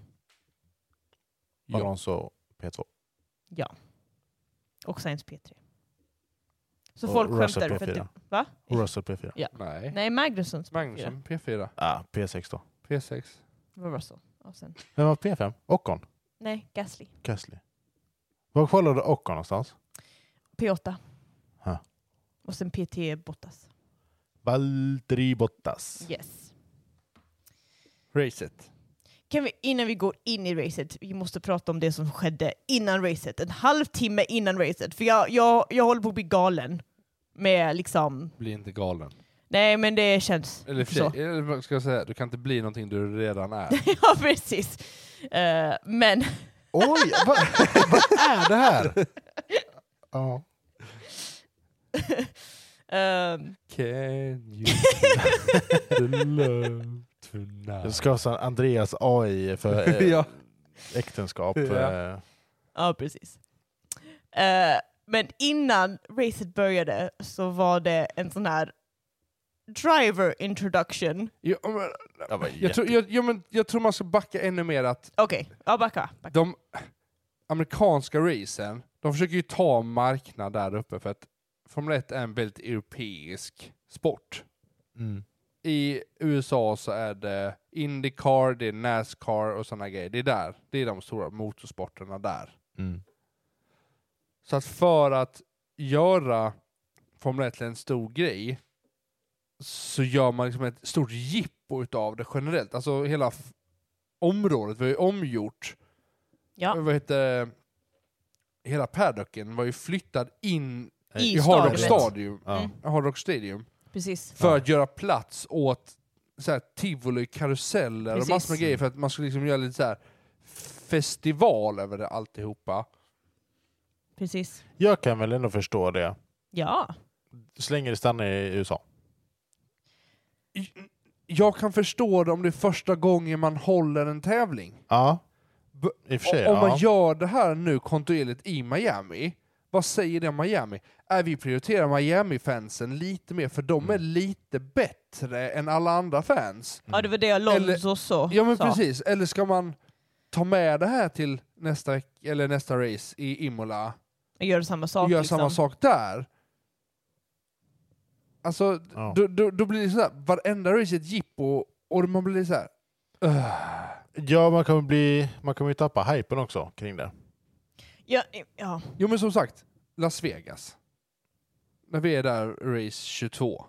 ja.
Alonso P2.
och Science P3. Så
Och
folk
Russell
skämtar för att
P4.
det, Va?
Och Russell P4.
Nej.
Nej, Magnusson. P4.
Magnusson, P4.
Ah, P6 då.
P6.
Det var Russell. Och sen,
Vem var P5? Ocon?
nej, Gasly.
Gasly. Var kollade Ocon någonstans?
P8.
Huh.
Och sen PT Bottas.
Valtteri Bottas.
Yes.
Racet.
Kan vi, innan vi går in i racet, vi måste prata om det som skedde innan racet. En halvtimme innan racet. För jag, jag, jag håller på att bli galen. Med liksom,
Bli inte galen.
nej men det känns
Eller, för
så.
sig, eller vad ska jag säga, du kan inte bli någonting du redan är.
ja, precis. Eh, men
Oj, vad, vad är det här? Ja.
ehm,
Can you feel the love
Det
tonight?
ska vara sån Andreas AI för eh,
ja.
äktenskap.
Ja.
eh,
Ja, precis. Eh, Men innan racet började så var det en sån här driver introduction.
Ja, men,
Det var
jag, tror, jag, ja, men, jag tror man ska backa ännu mer att
Okej, ja backa. backa.
de amerikanska racen, de försöker ju ta en marknad där uppe för att Formel 1 är en väldigt europeisk sport.
Mm.
I USA så är det Indycar, det är Nascar och sådana grejer. Det är där. Det är de stora motorsporterna där.
Mm.
Så att för att göra Formel 1 till en stor grej så gör man liksom ett stort jippo utav det generellt. Alltså hela f- området var ju omgjort.
Ja.
Vad heter det? Hela paddocken var ju flyttad in i
I
Hard Rock
stadion.
Stadium.
Ja.
Mm.
Hard Rock Stadium.
Precis.
För
Ja.
att göra plats åt så här, tivoli, karuseller
Precis.
och massor med grejer för att man skulle liksom göra lite så här festival över det alltihopa.
Precis.
Jag kan väl ändå förstå det.
Ja.
Så länge det stannar i USA.
jag kan förstå det om det är första gången man håller en tävling.
Ja.
B-
I och för sig,
om man
ja.
gör det här nu kontinuerligt i Miami, vad säger det om Miami? Är vi prioriterar Miami-fansen lite mer, för
Mm.
de är lite bättre än alla andra fans.
ja, det var det Alonso så
Ja men
sa.
precis, eller ska man ta med det här till nästa, veck- eller nästa race i Imola
Och gör samma sak.
och gör
liksom.
samma sak där? Alltså,
Ja.
då, då, då blir det såhär, varenda race är ett jippo och man blir såhär,
Ja, man kommer, bli, man kommer ju tappa hypen också kring det.
Ja, ja.
Jo men som sagt, Las Vegas. När vi är där race 22,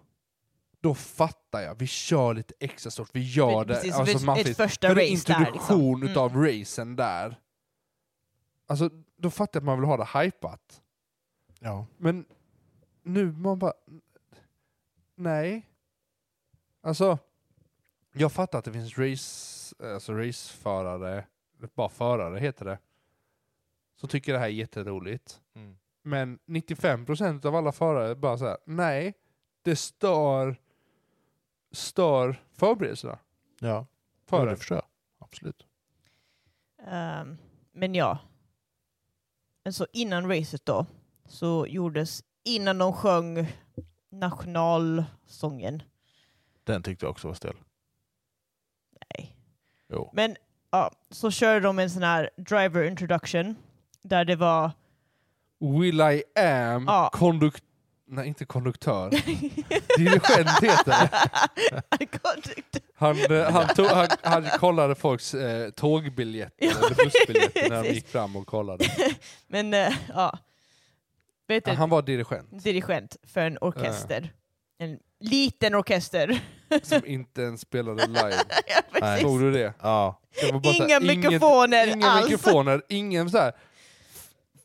då fattar jag. Vi kör lite extra stort, vi gör det.
Precis,
alltså,
ett-
man
ett
finns-
första
för det är
race där,
introduktion
liksom. Mm.
utav racen där. Alltså, då fattar jag att man vill ha det hypat.
Ja.
Men nu, man bara... Nej. Alltså, jag fattar att det finns race, alltså raceförare, bara förare heter det, som tycker det här är jätteroligt.
Mm.
Men 95% av alla förare bara så här, nej, det stör, stör förberedelserna.
Ja, ja
För
det förstår jag. Absolut.
Ehm, men ja. Men så innan racet då, så gjordes, innan de sjöng nationalsången.
Den tyckte jag också var stel.
Nej.
Jo.
Men ja, så körde de en sån här driver introduction, där det var
Will I am
Ja.
konduktör, nej inte konduktör, dirigent heter det.
I got it.
Han, eh, han, tog, han, han kollade folks eh, tågbiljetter,
Ja,
eller bussbiljetter, när de
precis.
gick fram och kollade.
Men eh, ja. Vet du,
Han var dirigent,
dirigent för en orkester. En liten orkester.
som inte ens spelade live.
ja, precis.
Såg du det?
Ja.
det var så
Inga
här,
mikrofoner
inget, inga
alls.
mikrofoner, ingen så här.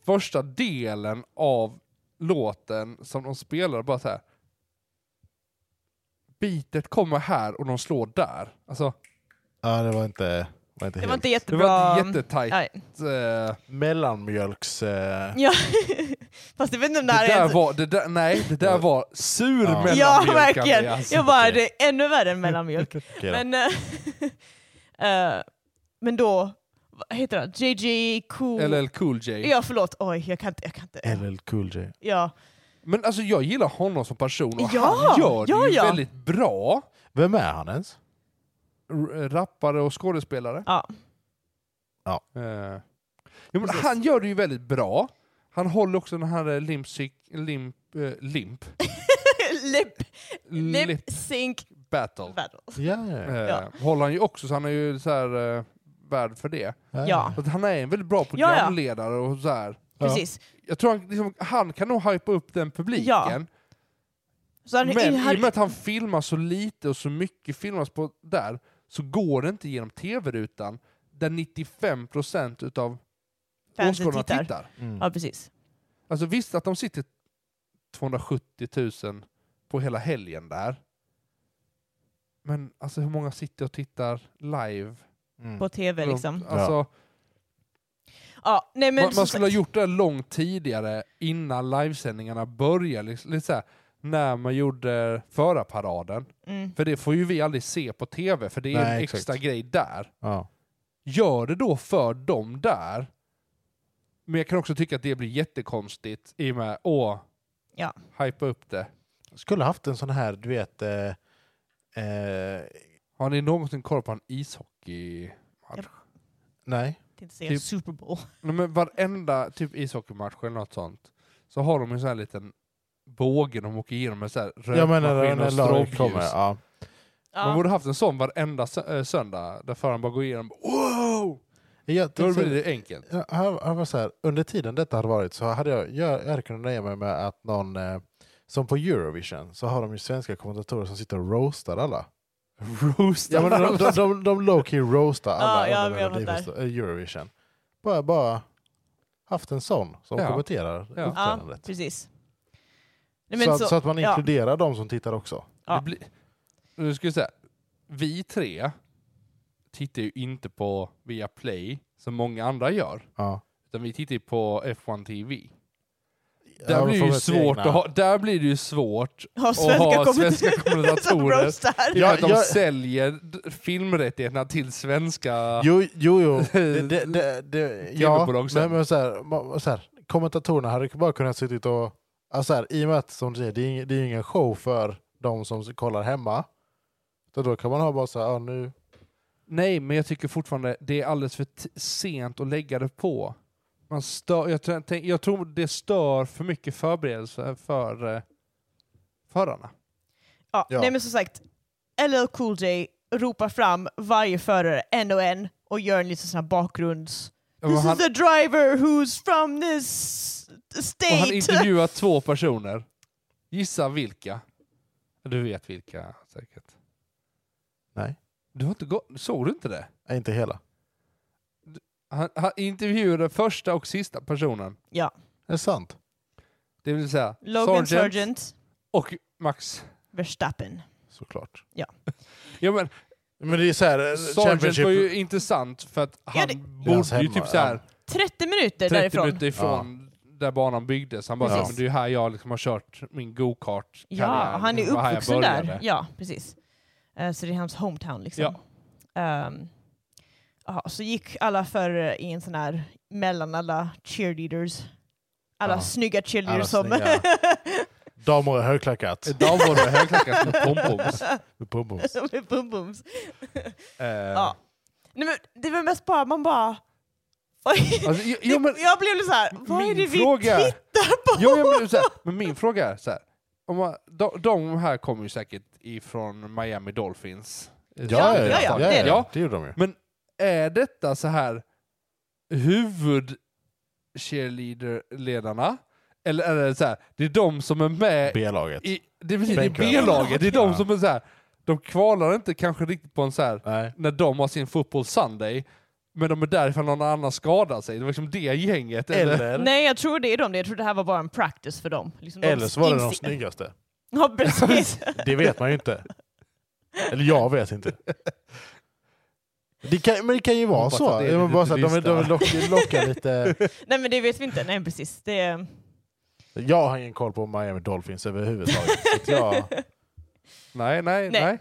Första delen av låten som de spelade, bara så här. Bitet kommer här och de slår där. Alltså,
ja, det var inte, var inte
Det
helt...
var inte
det
jättebra.
var inte jättetajt.
Nej.
eh,
Mellanmjölks... Eh,
Ja. Fast jag vet inte om det här
det
är
där
ens...
var, det där, nej, det där var sur alltså.
Ja.
mellanmjölk
Ja, verkligen.
Andreas.
Jag bara,
okej.
det är ännu värre än mellanmjölk.
okej då.
men, eh, eh, men då, vad heter han? JJ Cool...
LL Cool J.
Ja, förlåt. Oj, jag kan inte. Jag kan inte.
LL Cool J.
Ja.
Men alltså jag gillar honom som person och
Ja,
han gör det
ja,
ju
ja.
väldigt bra.
Vem är han ens?
R- rappare och skådespelare.
ja.
Eh, Jo, men
Precis.
han gör det ju väldigt bra. Han håller också den här limpsik, limp, eh, limp,
Lip,
lip
lip sync
battle.
battle.
Ja, ja,
Eh,
ja.
Ja.
Håller han ju också, så han är ju så här eh, värd för det.
Ja.
Så att han är en väldigt bra
ja.
programledare och så här.
Precis.
Jag tror han, liksom, han kan nog hypa upp den publiken.
Ja. Så han,
Men i och med
han,
att han filmar så lite och så mycket filmas på där, så går det inte genom tv-rutan där 95% utav
Fansen
åskådarna tittar.
tittar.
Mm.
ja, precis.
Alltså visst att de sitter 270 000 på hela helgen där. Men alltså hur många sitter och tittar live?
Mm.
På tv liksom.
Alltså,
Ja, nej, men
man, man
som
skulle ha
sagt-
gjort det långt tidigare innan livesändningarna började. Liksom, lite så här, när man gjorde förarparaden.
Mm.
För det får ju vi aldrig se på tv, för det är
Nej,
en
exakt.
extra grej där.
Ja.
Gör det då för dem där. Men jag kan också tycka att det blir jättekonstigt i och med, åh,
Ja.
hypa upp det.
Skulle haft en sån här, du vet... Eh, eh,
Har ni någonsin koll på en ishockey?
nej.
Tänkte säga
Typ-
Super Bowl.
Nej, men varenda typ ishockeymatch eller något sånt, så har de ju sån här liten båge de åker igenom med så här
Jag menar
rökmaskin
när
och
laget kommer.
strobljus.
Ja.
Man
Ja.
borde haft en sån varenda sö- eh, söndag, där föraren bara går igenom wow!
Jag
Då
tänkte-
blir det enkelt.
Ja, han, han var så här, under tiden detta hade varit så hade jag, jag, jag hade kunnat nöja mig med att någon, eh, som på Eurovision, så har de ju svenska kommentatorer som sitter och roastar alla. Ja, men de, de, de, de low-key roastar alla
Ja, ja,
under
jag
Melodifest-
fattar.
eh, Eurovision. Bara, bara haft en sån som
Ja.
kommenterar
ja,
Ja.
uppträdandet.
precis. Nej,
så,
men
att- så
så,
att man
ja.
inkluderar de som tittar också.
Ja.
Det blir, nu ska jag säga, vi tre tittar ju inte på Viaplay som många andra gör,
Ja.
utan vi tittar ju på F1 TV. Där,
Ja,
blir,
får
det ju
väl se
svårt
egna.
att ha, där blir det ju svårt
ha
att
svenska
ha
kommentatorer
svenska
som
kommentatorer.
roastar.
I och med att de
jag-
säljer d- filmrättigheterna till svenska...
Jo, jo, jo. Det, det, det, det, ja,
TV-bolag sen.
men, men så här, ma- så här, kommentatorerna hade bara kunnat suttit och... Alltså här, I och med att som du säger, det är ing- det är ju ingen show för de som s- kollar hemma. Så då kan man ha bara så här, ja, nu...
Nej, men jag tycker fortfarande det är alldeles för t- sent att lägga det på. Man stör, jag, tror- tänk, jag tror det stör för mycket förberedelse för eh, förarna.
Ja,
Ja.
Nej men som sagt, LL Cool J ropar fram varje förare en och en och gör en liten sån här bakgrunds...
Och
This
han,
is the driver who's from this
och han
state!
intervjuar två personer. Gissa vilka? Du vet vilka säkert.
Nej,
Du har inte gått, såg du inte det?
nej, inte hela.
Han, han intervjuade första och sista personen.
Ja,
Det är sant.
Det vill säga
Logan
Sargent
Sargent,
och Max.
Verstappen.
Såklart.
Ja, men,
Men det är så här, eh,
Sargent
Championship...
var ju intressant för att han
Ja, det-
Hans
bodde ju
hemma,
typ så här
ja.
30 minuter
30
därifrån.
minuter ifrån där banan byggdes. Han bara,
Precis.
ja. men det är ju här jag liksom har kört min go-kart.
Ja, han är
Det var här jag
uppvuxen där.
började.
Ja, precis. Eh, så det är hans hometown liksom. Ja. så gick alla förare i en sån här mellan alla cheerleaders. Alla
Ja.
snygga
Alla
cheerleaders som...
snygga. Damer och högklackat.
Idag var det högklackat med pompoms.
Pom-poms.
som bum bums.
Eh,
Ja. Nej, men det var mest bara, man bara... Oj.
alltså, jo, jo, men,
jag blev lite såhär, vad är
min
det vi
fråga-
tittar på?
jo, jo, men, så här, men min fråga är så här. Om man, de, de här kommer ju säkert ifrån Miami Dolphins.
Ja, ja, ja, det är det.
det gjorde de ju.
Är detta så här huvud cheerleader-ledarna? Eller är det så här, det är de som är
Eh,
med
B-laget.
I, det är precis, det är
Bänkraden.
B-laget. Det är de
Ja.
som är så här, de kvalar inte kanske riktigt på en så här,
Nej.
när de har sin football Sunday, men de är där ifall någon annan skadar sig. Det var liksom det gänget.
Eller,
Nej, jag tror det är dem. Jag tror det här var bara en practice för dem. Liksom de
eller så var det de
inser-
snyggaste.
Ja, precis.
Det vet man ju inte. Eller jag vet inte. Det kan, men det kan ju vara
Hoppas
så.
att det är
Det var
lite
bara så att de vill- de vill
lista.
locka, locka lite.
Nej, men det vet vi inte. Nej, precis. Det...
Jag har ingen koll på Miami Dolphins överhuvudtaget. Så att jag,
Nej, nej,
Nej.
nej.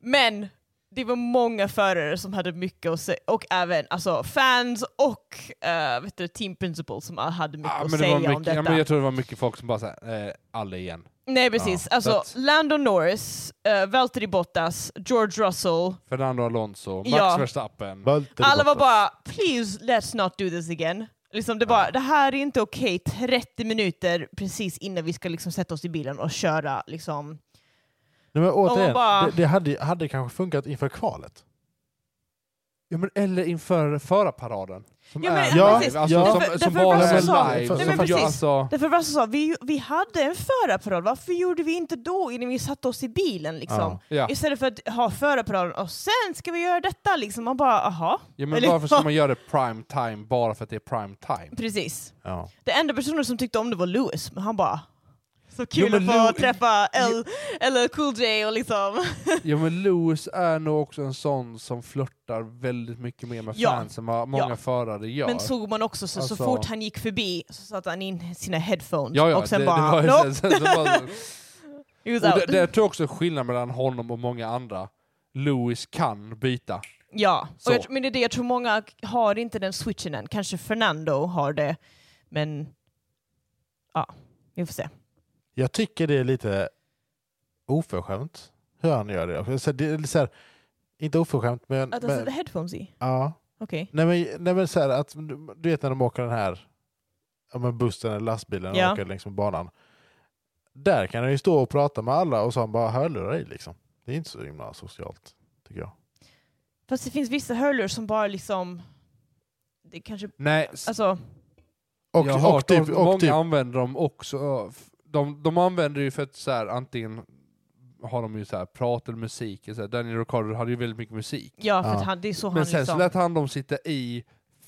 Men det var många förare som hade mycket att säga, och även alltså, fans och eh, vet du, team principal som hade mycket
Ah,
att
men det var
säga om
mycket,
detta.
ja, men jag tror det var mycket folk som bara så här, eh, alla igen.
Nej precis,
Ja,
alltså
så att-
Lando Norris, uh, Valtteri Bottas, George Russell,
Fernando Alonso, Max
Ja.
Verstappen.
Valtteri
alla var
Bottas.
bara “Please let's not do this again”. Liksom det, bara, det här är inte okej 30 minuter precis innan vi ska liksom sätta oss i bilen och köra. Liksom.
Nej, men återigen,
Och bara-
det, det hade, hade kanske funkat inför kvalet.
Ja, men, eller inför förarparaden. Som
Ja, men-
är
ja,
live,
precis.
alltså,
Ja.
som,
Därför-
som
därför
bara
var det
är
så sa-
live.
för-
Nej, men
som, ja,
precis.
alltså,
Därför Russell sa vi, “Vi hade en förarparad, varför gjorde vi inte då innan vi satte oss i bilen?” liksom?
Ja.
ja.
Istället för att ha förarparaden och sen ska vi göra detta liksom. Man bara aha,
Ja, men
Eller-
varför ska man göra det prime time bara för att det är prime time?
precis.
Ja.
Det enda personen som tyckte om det var Lewis, men han bara så kul
men
att få
Lew-
träffa L, eller Cool J och liksom.
Ja men Lewis är nog också en sån som flörtar väldigt mycket mer med
Ja.
fans än vad många
Ja.
förare gör.
Men såg man också så, så
Alltså-
fort han gick förbi så satte han in sina headphones
ja, ja,
och sen
det,
bara
det var,
nope,
sen, sen bara
he was
och
out.
det, det tror jag också är skillnaden mellan honom och många andra. Lewis kan byta.
ja,
så.
och jag, tr- men det är det jag tror många har inte den switchen än. Kanske Fernando har det. Men ja, vi får se.
Jag tycker det är lite oförskämt hur han gör det. Så det är lite så här, inte oförskämt, men...
Att han
men
sätter headphones i?
ja.
Okej.
Nej men, nej, men så här, att, du- du vet när de åker den här ja, men bussen eller lastbilen och
Ja.
åker längs med banan. Där kan han ju stå och prata med alla och så har han bara hörlurar i liksom. Det är inte så himla socialt, tycker jag.
Fast det finns vissa hörlurar som bara liksom... Det kanske...
Nej,
Alltså,
Och,
jag har
och
hört
typ,
om-
och
många
typ,
använder dem också. De, de använder ju för att så här, antingen har de ju så här, prat eller musik. Så här, Daniel Ricardo hade ju väldigt mycket musik.
ja, för
Ja.
Att han, det är så han
Men sen
liksom...
så lät han dem sitta i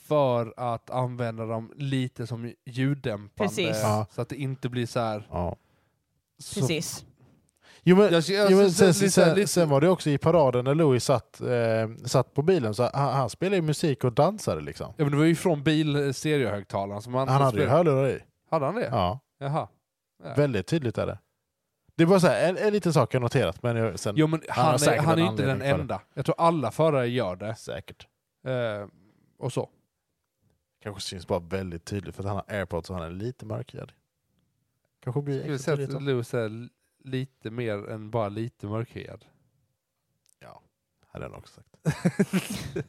för att använda dem lite som ljuddämpande.
Precis.
Ja.
Så att det inte blir så här...
ja.
Så,
Precis.
Jo men,
Jag- jag-
jo, men
så-
sen,
lite-
sen, sen,
lite-
var det också i paraden när Louis satt, eh, satt på bilen, så han, han spelade ju musik och dansade liksom.
Ja, men det var ju från bilstereohögtalaren som han,
Han hade ju
spelade-
hörlurar i.
Hade han det?
Ja,
Jaha.
väldigt tydligt är det. Det är bara så här, en, en liten sak jag noterat, men jag, sen
Jo men
har
han, är,
säkert
han är
en
ju inte den
anledning för det.
enda. Jag tror alla förare gör det.
säkert.
Eh, och så.
Kanske syns bara väldigt tydligt för att han har airpods och han är lite mörkhyad. Kanske blir
Skulle
extra
säga
tydligt.
att
då.
Lewis är l- lite mer än bara lite mörkhyad.
Hade jag nog också sagt.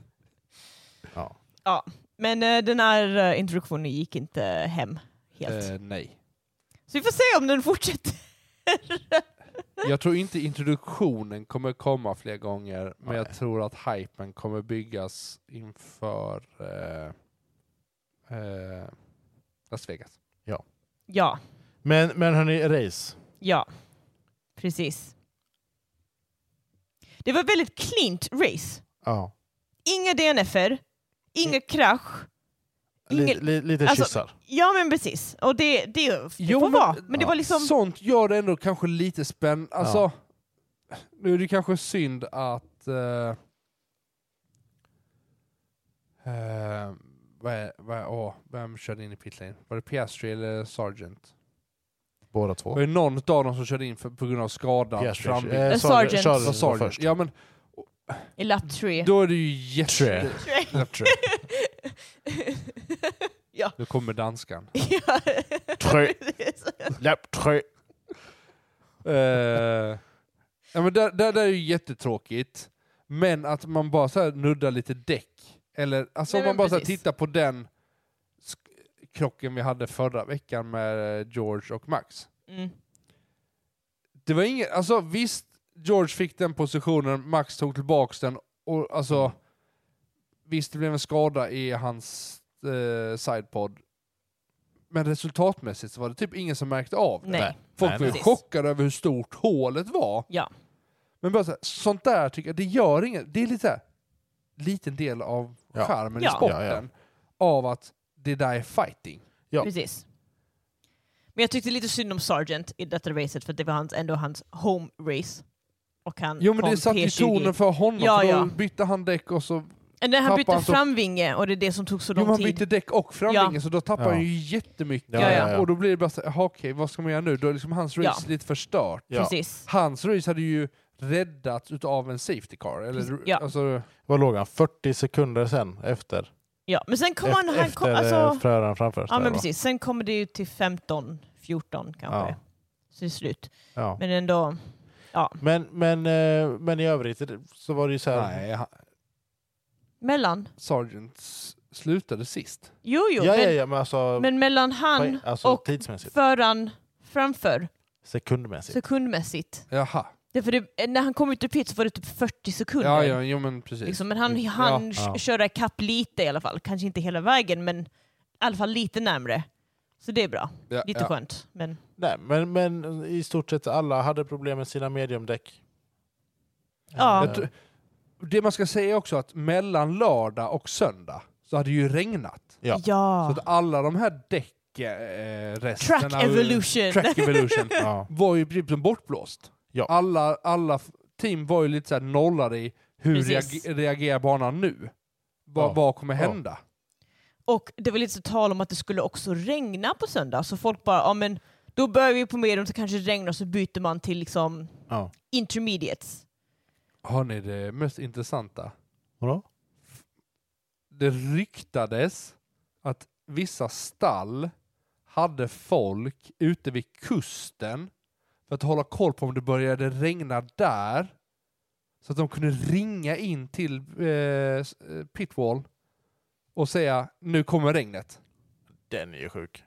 ja.
Men eh, den här eh, introduktionen gick inte hem helt.
Eh, nej.
Så vi får se om den fortsätter.
Jag tror inte introduktionen kommer komma fler gånger, men jag
Nej.
tror att hypen kommer byggas inför eh, eh, Las Vegas.
ja,
Men, men hörni, race.
ja. Precis. Det var ett väldigt cleant race.
Ja.
Inga DNFer, inga krasch.
Li,
Ingen...
li, lite
Alltså-
kyssar.
Ja men precis, och det, det, det får vara. Men det
ja,
var liksom...
Sånt gör det ändå kanske lite spännande. Alltså, Nu är det kanske synd att... Eh, eh, vad är, vad är, åh, vem körde in i pitlane? Var det Piastri eller Sargent?
Båda
Det
två.
var ju någon av dem som körde in för, på grund av skada.
Piastri-
frambil.
eh,
En
Sarge-
sergeant.
Sarge
Det var
var
Sargent.
först.
Ja men
I lapp tre.
då är det ju
Trä.
jätte...
Tre. ja.
Nu kommer danskan.
ja.
Tre.
Precis.
Läpp, tre.
Eh, ja, men det, det, det är ju jättetråkigt. Men att man bara så här nuddar lite däck. Eller alltså
Nej,
om man
men
bara så här
precis.
tittar på den sk- krocken vi hade förra veckan med eh, George och Max.
Mm.
Det var inget, alltså visst, George fick den positionen, Max tog tillbaks den och alltså visst det blev en skada i hans eh, sidepod. Men resultatmässigt så var det typ ingen som märkte av det.
Nej.
Folk
Nej,
blev
nej.
chockade över hur stort hålet var.
Ja.
Men bara så här, sånt där tycker jag, det gör inget. Det är lite så här, liten del av
Ja.
charmen
Ja.
i sporten.
Ja, ja.
Av att det där är fighting.
Ja.
Precis. Men jag tyckte lite synd om Sargent i detta racet för det var hans, ändå hans home race. Och han
Jo men
kom
det satte ju
P20.
tonen för honom,
Ja,
för då
ja.
bytte han däck och så
När han
Tappade
bytte
han så-
framvinge och det är det som tog så
Jo,
lång
man
tid.
bytte däck och framvinge,
Ja.
så då tappar
Ja.
han ju jättemycket.
Ja,
ja,
ja.
Och då blir det bara så, aha, okej, vad ska man göra nu? Då är liksom hans race
Ja.
lite förstört.
Ja.
Precis.
Hans race hade ju räddats utav en safety car. Eller,
Precis, ja.
alltså,
Vad låg han? 40 sekunder sen efter?
Ja. Men sen kom
Ef-
han... han kom,
efter
eh,
alltså,
föraren framför.
ja,
där,
men
va?
precis. Sen kommer det ju till 15, 14 kanske.
Ja.
Så det är slut.
Ja.
Men ändå...
Men, men, eh, men i övrigt så var det ju så här.
nej, han-
Mellan?
Sargent s- slutade sist.
Jo, jo.
ja,
men,
ja, ja, men alltså,
men mellan han
alltså
och
tidsmässigt.
föraren framför
Sekundmässigt.
sekundmässigt.
Jaha.
Därför det, när han kom ut ur pit så var det typ 40 sekunder.
Ja, ja, jo men precis. Mm.
Liksom, men han
Ja.
han
Ja.
köra ikapp lite i alla fall. Kanske inte hela vägen, men i alla fall lite närmre. Så det är bra.
Ja,
Lite
ja.
skönt. Men
Nej, men, men i stort sett alla hade problem med sina mediumdäck.
Ja.
Eh,
Jag tror- Det man ska säga också att mellan lördag och söndag så hade det ju regnat.
Ja.
ja.
Så att alla de här däck... Eh, resterna-
Ah. Track evolution.
Track evolution.
ja.
var ju typ som bortblåst.
Ja.
Alla, alla f- team var ju lite så här nollade i hur
Precis.
reager- reagerar banan nu? Va,
Ja.
Vad kommer
Ja.
hända?
Och det var lite så tal om att det skulle också regna på söndag. Så folk bara, ja men då börjar vi på medium så kanske det regnar så byter man till liksom
Ja.
intermediates.
Har ni det mest intressanta?
Vadå?
Det ryktades att vissa stall hade folk ute vid kusten för att hålla koll på om det började regna där. Så att de kunde ringa in till eh, s- eh, Pitwall och säga nu kommer regnet.
Den är ju sjuk.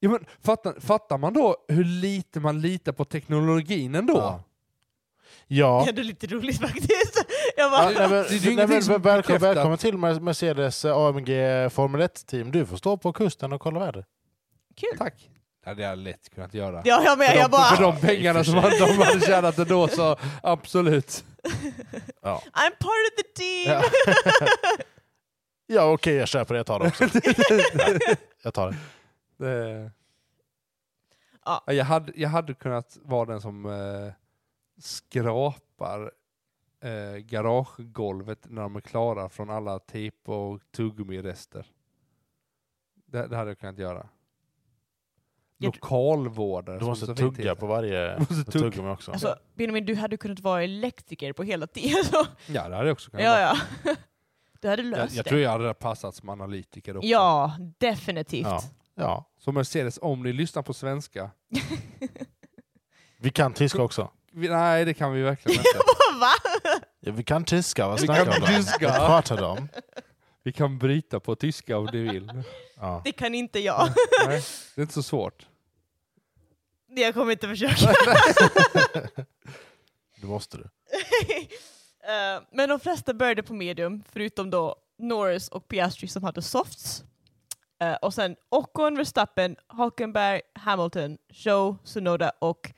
Ja, men fattar, fattar man då hur lite man litar på teknologin ändå?
Ja. Ja.
Det är lite roligt faktiskt. Jag
Ja,
bara,
nej, men,
det är ju
nej,
ingenting
men,
som
välkommen,
bekräftar.
välkommen till Mer- Mercedes eh, AMG Formel 1-team. Du får stå på kusten och kolla vädret.
kul.
Tack. Det hade jag lätt kunnat göra.
Ja, jag med.
För
Jag
de, för
bara,
de pengarna som de hade tjänat ändå så absolut.
Ja,
I'm part of the team!
Ja.
ja okej, jag köper det. Jag tar det också. Jag tar det.
Det...
Ja.
Ja, Jag, hade, jag hade kunnat vara den som eh, skrapar eh, garagegolvet när de är klara från alla tejp och tuggummirester. Det, det hade jag kunnat göra.
Jag tr-
Lokalvårdare.
Du
som
måste
så fint
tugga
heter.
på varje
Måste tugga.
tuggummi också.
Alltså, Benjamin, du hade kunnat vara elektriker på hela tiden. Så.
Ja, det hade jag också
Ja,
kunnat vara.
ja. Du hade
Jag,
löst
jag
det.
tror jag hade passat som analytiker också.
Ja, definitivt.
Ja. ja.
Så Mercedes, om ni lyssnar på svenska.
Vi kan tyska också.
Vi, nej, det kan vi verkligen inte.
Va?
Ja, vi kan tyska, vad
Vi
snackar
kan
du om?
tyska.
Vad pratar du om?
Vi kan bryta på tyska om ni vill.
Ja.
Det kan inte jag.
Nej, det är inte så svårt.
Jag kommer inte försöka.
Det måste du.
Eh, Men de flesta började på medium, förutom då Norris och Piastri som hade softs. Eh, Och sen Ocon, Verstappen, Hulkenberg, Hamilton, Joe, Sunoda och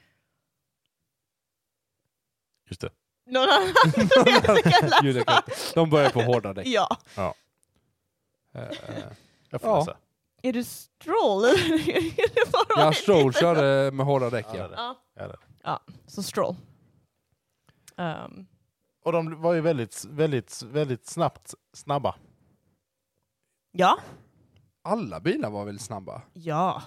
Just det.
någon annan som jag inte kan
Julia
läsa.
kan- De börjar på hårda däck.
Ja.
Eh, eh.
Jag får
Ja.
läsa.
Är du stroll? Är det bara-
Ja, Stroll körde med hårda däck.
Ja,
Ja.
det är det.
Ja.
Ja, det är det.
Så stroll. Ehm,
Och de var ju väldigt, väldigt, väldigt snabbt snabba.
ja.
Alla bilar var väl snabba?
Ja.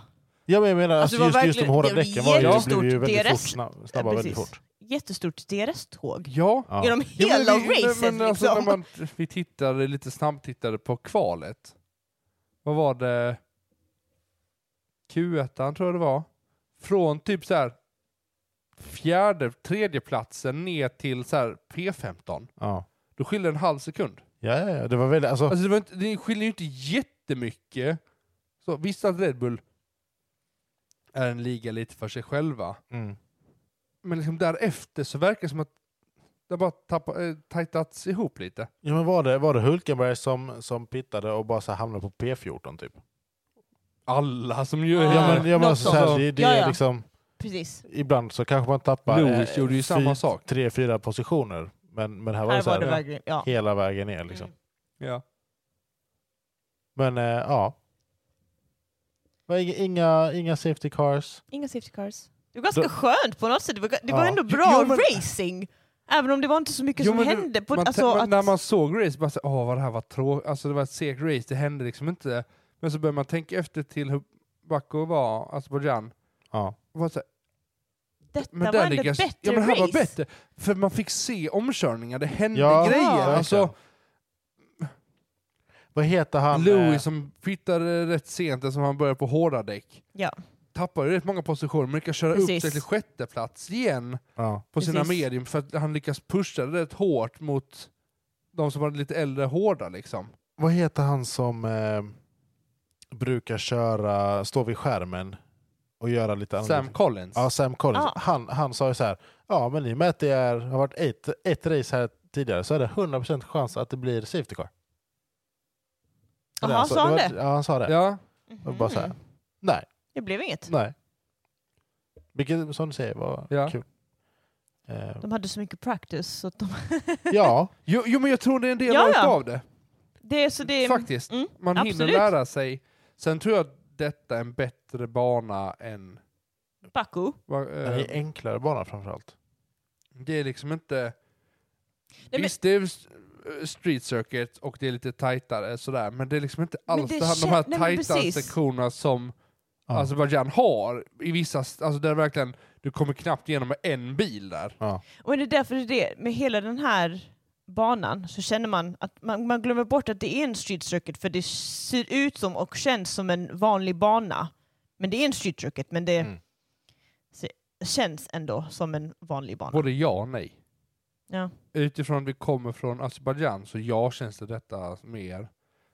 Ja, men jag menar,
Alltså,
alltså,
det var
just, just de
verkligen-
hårda
det var
däcken var ju,
jättestort
blev ju väldigt fort,
DRS.
snabba, snabba
Ja,
väldigt
precis.
fort.
Jättestort DRS-tåg.
Ja.
Ja.
Genom
Ja, men
hela
vi-
racet
men alltså,
liksom.
när man, Vi tittade lite snabbt tittade på kvalet. Vad var det? Q1 tror jag det var. Från typ så här fjärde, tredje platsen ner till så här P15.
Ja.
Då skiljer det en halv sekund.
Ja, ja, ja, det var väldigt... Alltså,
Alltså det, var inte, det skiljer ju inte jättemycket. Så, visst att Red Bull är en liga lite för sig själva.
mm.
Men liksom därefter så verkar det som att det har bara tappat, eh, tajtats ihop lite.
ja, men var, det, var det Hulkenberg som, som pittade och bara så här hamnade på P14 typ?
Alla som gör
Ja,
Ja, men, ja, men
något
alltså, så här,
sånt.
det, det
Ja,
är
ja.
liksom,
Precis.
ibland så kanske man tappar
Lewis gjorde ju samma
fy-
sak.
tre, fyra positioner. Men, men här var
Här
det så
var
här,
det verkligen. Ja.
hela vägen ner. Liksom.
Mm.
Ja.
Men eh, ja. Det var inga- Inga, inga safety cars.
Inga safety cars. Det var ganska
Då-
skönt på något sätt. Det var, det var
Ja.
ändå
Jo,
bra
jo, men-
racing. Även om det var inte så mycket
Jo,
som
men du-
hände. På,
Man,
alltså,
tä-
att,
När man såg race, bara så, åh vad det här var tråkigt, alltså det var ett segt race, det hände liksom inte. Men så börjar man tänka efter till hur Baku var, Azerbajdzjan.
Ja.
Och bara så här,
detta
Men
var
där
ändå
lyckas,
bättre
ja, men det
race.
här var bättre. För man fick se omkörningar, Mm, det hände
Ja,
grejer.
verkligen.
Alltså,
Vad heter han? eh,
Louis som fittade rätt sent eftersom han började på hårda däck.
Ja.
Tappar ju rätt många positioner, men lyckas köra upp
Precis.
sig till sjätte plats igen
Ja.
på sina
Precis.
medium för att han lyckas pusha det rätt hårt mot de som var lite äldre hårda liksom.
Vad heter han som eh, brukar köra, stå vid skärmen och göra lite
Sam
annorlunda-
Collins. Ah.
Ja, Sam Collins.
Ja.
Han, han sa ju så här, ja men i och med att det är, har varit ett, ett race här tidigare så är det 100% chans att det blir safety car.
Jaha,
Det är alltså-
sa han
var-
det?
Ja, han sa det.
Ja,
Och bara så här,
Mhm.
nej,
Det blev inget.
nej. Vilket som du säger var
Ja.
kul. Eh,
De hade så mycket practice. Så att de,
ja,
jo, jo men jag tror det är en del
Ja, ja.
av det.
det, är så det, är-
Faktiskt.
Mm,
Man
absolut.
hinner lära sig. Sen tror jag att detta är en bättre bana än...
Baku.
va-
det
eh,
är enklare bana framförallt.
Det är liksom inte...
men-
Visst, det är s- eh, street circuit och det är lite tajtare sådär, men det är liksom inte
Men
alls
det
det här, de här
kän- nej, men
tajta
precis.
sektionerna som
Ja.
Azerbajdzjan Alltså, har i vissa, s- alltså där verkligen, du kommer knappt igenom med en bil där.
Ja.
Och det är därför det är det, med hela den här banan så känner man att man, man glömmer bort att det är en street circuit för det ser ut som och känns som en vanlig bana. Men det är en street circuit, men det
Mm.
se- känns ändå som en vanlig bana.
Både ja och nej.
Ja.
Utifrån vi kommer från Azerbajdzjan så ja känns det detta mer.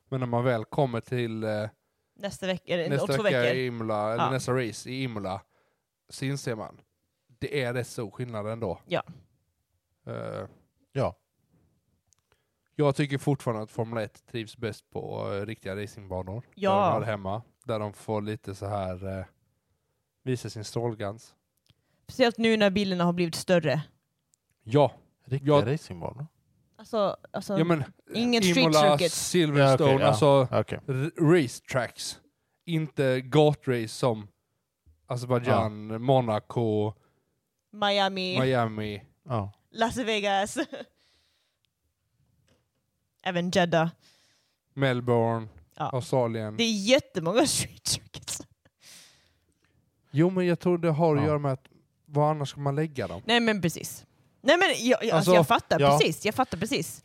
Men när man väl kommer till eh,
Nästa vecka, eller om
nästa
två
vecka
veckor.
i Imola, eller
Ja.
nästa race i Imola, så inser man. Det är rätt stor skillnad ändå.
Ja.
Eh,
Ja.
jag tycker fortfarande att Formel 1 trivs bäst på eh, riktiga racingbanor. Där de har det
Ja,
hemma. Där de får lite så här eh, visa sin strålglans.
speciellt nu när bilarna har blivit större.
Ja,
Mm.
Riktiga
Ja.
racingbanor?
Alltså, alltså
ja men eh,
ingen street
Imola,
circuit.
Silverstone,
Ja, okej, ja.
alltså
Okej.
r- racetracks. Inte gatrace som Azerbaijan, Monaco,
Miami,
Miami.
Ja.
Las Vegas. Även
Mm.
Jeddah.
Melbourne,
Ja.
Australien.
Det är jättemånga street circuits.
Jo men jag tror det har att
Ja.
göra med att var annars ska man lägga dem?
Nej men precis. Nej men jag, jag, alltså,
Alltså,
jag fattar
ja.
precis, jag fattar precis.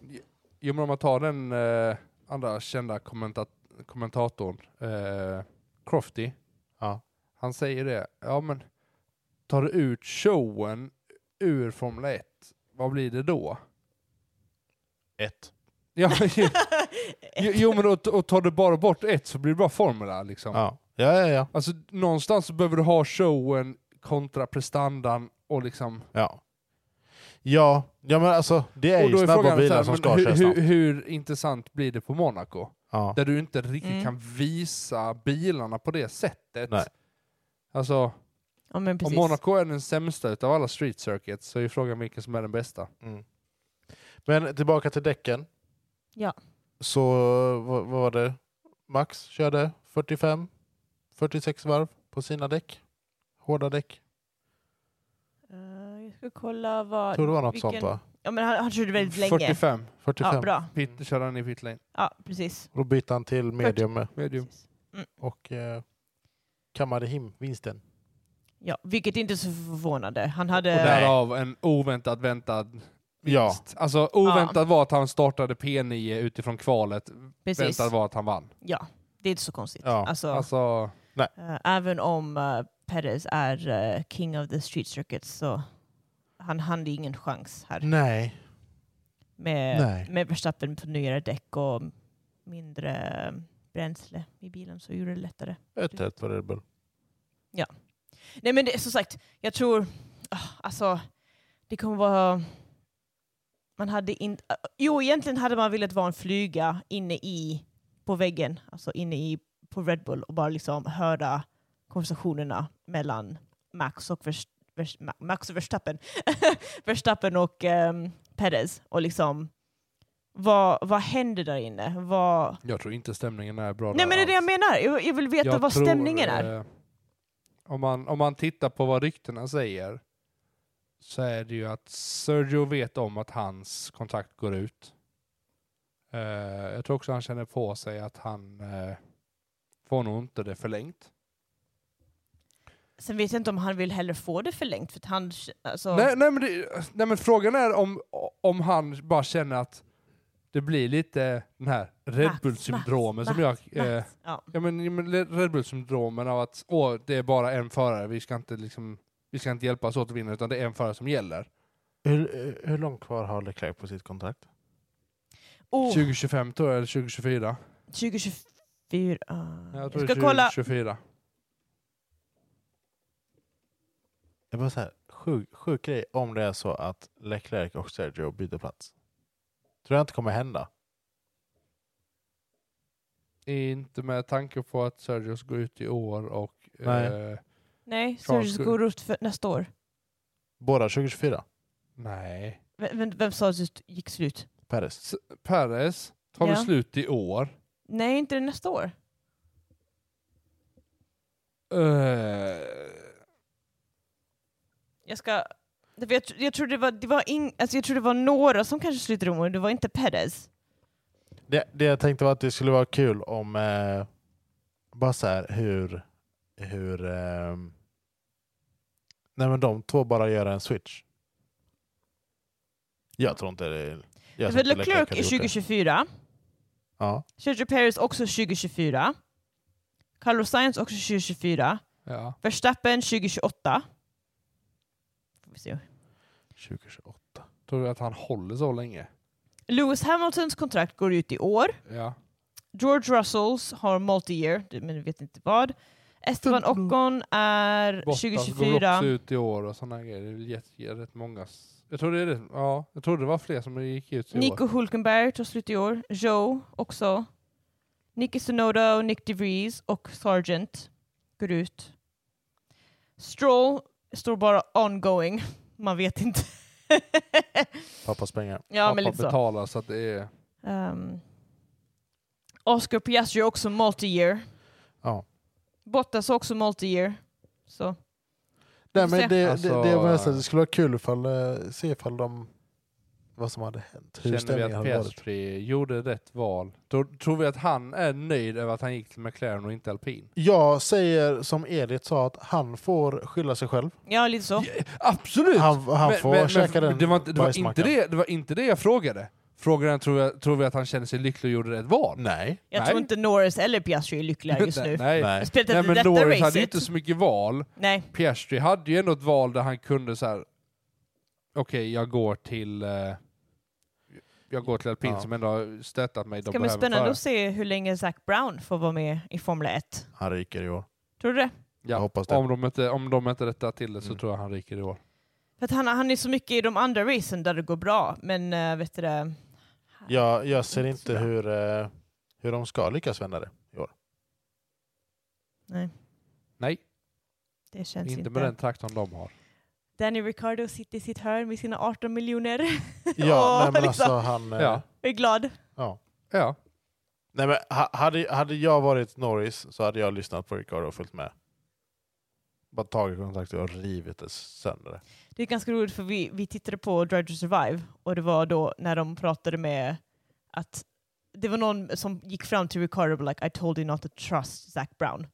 Jo men om man tar den eh, andra kända kommenta- kommentatorn, eh, Crofty.
Ja.
Han säger det, ja men tar du ut showen ur Formel 1, vad blir det då?
Ett.
Ja, jo, jo men och, och tar du bara bort ett så blir det bara formula liksom.
Ja. Ja, ja, ja.
Alltså någonstans så behöver du ha showen kontra prestandan och liksom...
Ja, ja, ja men alltså det är
och
ju snabba
så
bilar
här,
som
men
ska
hur,
köra snabbt.
hur, hur intressant blir det på Monaco?
Ja.
Där du inte riktigt
Mm.
kan visa bilarna på det sättet.
Nej.
Alltså,
Ja men
om
precis.
Monaco är den sämsta utav alla street circuits så är ju frågan vilken som är den bästa.
Mm. Men tillbaka till däcken.
Ja.
Så vad, vad var det? Max körde 45, 46 varv på sina däck. Hårda däck.
Eh, jag ska kolla vad...
Jag tror det var något
vilken-
sånt va?
Ja men han, han körde väldigt länge.
45.
45.
Ja bra.
Mm.
Pit, kör han i pit lane.
Ja precis.
Då bytte han till medium
Medium.
precis.
och eh, kammade hem vinsten.
Ja, vilket inte är så förvånande. Han hade...
Och därav en oväntad väntad
Ja,
vinst. Alltså oväntat var att han startade P9 utifrån kvalet.
precis.
Väntad var att han vann.
Ja, det är inte så konstigt.
Ja,
Alltså,
Alltså,
eh, även om eh, Perez är eh, king of the street circuits så han hade ingen chans här.
nej. Mm. Nej.
Med, med Verstappen på nyare däck och mindre eh, bränsle i bilen så gjorde det lättare.
1-1 var Red Bull.
Nej men det, som sagt, jag tror... ah, Alltså, det kommer vara... Man hade inte... Jo, egentligen hade man velat vara en flyga inne i... På väggen, alltså inne i på Red Bull och bara liksom höra konversationerna mellan Max och, Vers, Vers, Ma- Max och Verstappen. Verstappen och ehm, Perez. Och liksom... Vad, vad händer där inne? Vad...
jag tror inte stämningen är bra
Nej men det är det jag
alls.
menar. Jag, jag vill veta
Jag
vad
tror,
stämningen är.
eh, Om man, om man tittar på vad ryktena säger så är det ju att Sergio vet om att hans kontrakt går ut. Eh, jag tror också han känner på sig att han eh, får nog inte det förlängt.
Sen vet jag inte om han vill heller få det förlängt för att han... Alltså,
Nej, nej, men det, nej men frågan är om, om han bara känner att det blir lite den här Red
Max,
Bull-syndromen
Max,
som jag...
Max,
eh,
ja.
Ja men ja, men Red Bull-syndromen av att åh, det är bara en förare, vi ska inte liksom vi ska inte hjälpas åt att vinna utan det är en förare som gäller.
Hur, eh, hur långt kvar har Leclerc på sitt kontrakt?
oh,
2025 tror jag, eller 2024.
2024...
Jag
Ah, Jag,
tror
ska
det är
kolla.
2024.
Det var så här, sjuk, sjuk grej om det är så att Leclerc och Sergio byter plats. Tror jag inte kommer hända.
Inte med tanke på att Sergio ska ut i år och...
Nej.
Eh,
Nej,
Charles
Sergius
Gu-
Gurus för nästa år.
Båda 2024.
nej.
Vem, vem, vem sa att det gick slut?
Perez.
Perez tar
Ja.
väl slut i år.
Nej, inte det nästa år.
Eh,
Jag ska... det- för Jag, tr- jag, tror det var, det var ing, alltså jag tror det var några som kanske slutade om och det var inte Perez.
Det, det jag tänkte var att det skulle vara kul om eh, bara så här hur hur ehm, nej men de två bara gör en switch. Jag tror inte det. Jag tror
För
inte
Leclerc
hade
är
gjort det.
2024,
Ja.
Sergio Perez också 2024, Carlos Sainz också 2024,
Ja.
Verstappen 2028. Får vi se.
2028.
Tror du att han håller så länge?
Lewis Hamiltons kontrakt går ut i år.
Ja.
George Russells har multi-year, det- men vi vet inte vad. Esteban Ocon är
Bottas alltså, går
2024.
också ut i år och sådana grejer. Det är väl jätte- jätte- rätt många. s- Jag tror det, är det. Ja, jag tror det var fler som gick ut i
Nico
år.
Hulkenberg tar slut i år. Joe också. Nicky Sonoda och Nick DeVries och Sargent går ut. Stroll står bara ongoing. Man vet inte.
Pappas pengar.
ja, men lite så.
betalar så att det är...
Ehm, Oscar Piastri är också multi-year.
Ja.
Bottas är också multi-year. Så.
Nej,
får se.
men det,
Alltså,
det, det, var nästan- det skulle vara kul ifall, eh, se ifall de, vad som hade hänt. Hur
Känner vi
stämningen
att
hade varit.
Piastri gjorde rätt val? Tror, tror vi att han är nöjd över att han gick till McLaren och inte alpin?
Jag säger som Edith sa att han får skylla sig själv.
Ja, lite så.
Ja, absolut!
Han, han får käka den
det var, inte- det, var inte
bajsmackan.
det, det var inte det jag frågade. Frågan är, tror, jag, tror vi att han känner sig lycklig och gjorde rätt val?
Nej.
Jag
Nej.
tror inte Norris eller Piastri är lyckliga just nu.
nej,
Nej.
nej.
Nej.
Spelet
nej
efter
men
detta
Norris hade ju
racet.
inte så mycket val.
Nej.
Piastri hade ju ändå ett val där han kunde så här. okej jag går till eh, jag går till alpin
Ja.
som ändå har stöttat mig.
Det ska bli spännande att se hur länge Zac Brown får vara med i Formel 1.
Han ryker i år.
Tror du det?
Jag
Ja,
hoppas det.
om, de inte, om de inte rättar till det så
Mm.
tror jag han ryker i år.
För att han, han är så mycket i de andra racen där det går bra, men eh, vet du det?
Jag, jag ser
Inte så
inte
bra.
hur, eh, hur de ska lyckas vända det.
Nej,
Nej,
det känns
inte
inte.
med den traktorn de har.
Danny Ricardo sitter i sitt hörn med sina 18 miljoner
Ja,
Åh,
nej, men
liksom.
alltså han... eh,
Ja.
och är glad.
ja.
Ja,
Nej, men ha- hade, hade jag varit Norris så hade jag lyssnat på Ricardo och följt med. Bara tagit kontakt och rivit det sönder.
Det är ganska roligt för vi, vi tittade på Drive to Survive och det var då när de pratade med att det var någon som gick fram till Ricardo och var like I told you not to trust Zac Brown.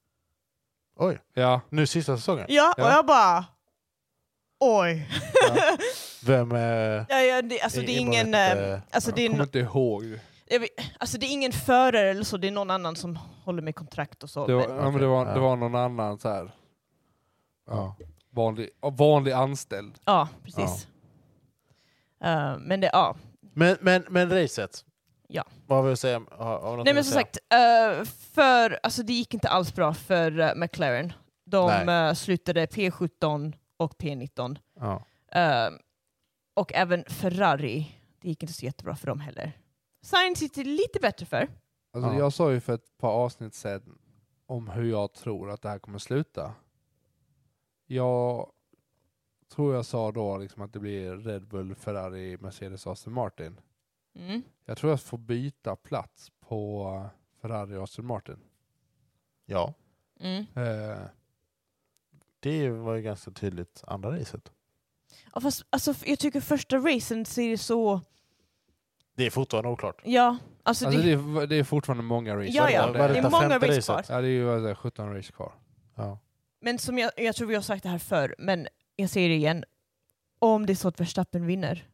Oj,
ja.
nu sista säsongen.
Ja,
Ja.
och jag bara oj.
Ja.
Vem... Eh,
Ja, ja, det, alltså, det är
Ingeborg
ingen,
vet
eh,
inte-
alltså, det är
Jag kommer
no,
inte ihåg.
jag vet, alltså det är ingen förare eller så, det är någon annan som håller med kontrakt och så.
Det var,
men,
ja, men det var, det
Ja.
var någon annan så här
ja.
vanlig, vanlig anställd.
ja, precis. Eh, men det, ja.
Men, men, men racet.
Ja.
Vad vill du säga? om- Har, har du något mer
Nej men
att
som
säga?
sagt, eh, för, alltså, det gick inte alls bra för eh, McLaren. De
Nej.
eh, slutade P17 och P19.
Ja.
Eh, och även Ferrari, det gick inte så jättebra för dem heller. Sainz gick det lite bättre för.
Alltså,
Ja.
Jag sa ju för ett par avsnitt sedan om hur jag tror att det här kommer sluta. Jag tror jag sa då liksom att det blir Red Bull, Ferrari, Mercedes, Aston Martin.
Mm.
Jag tror jag får byta plats på eh, Ferrari och Aston Martin.
ja.
Mm.
Eh,
Det var ju ganska tydligt andra racet.
Ja, fast, alltså, f- jag tycker första racen ser det så...
Det är fortfarande oklart.
Ja, alltså,
alltså
det,
det, är, det är fortfarande många race
ja, ja,
vad
det,
är det
är
där
många
femte
race
racet?
kvar.
Ja, det är ju alltså, 17 race kvar.
Ja.
Men som jag, jag tror vi har sagt det här förr, men jag säger det igen. Om det är så att Verstappen vinner,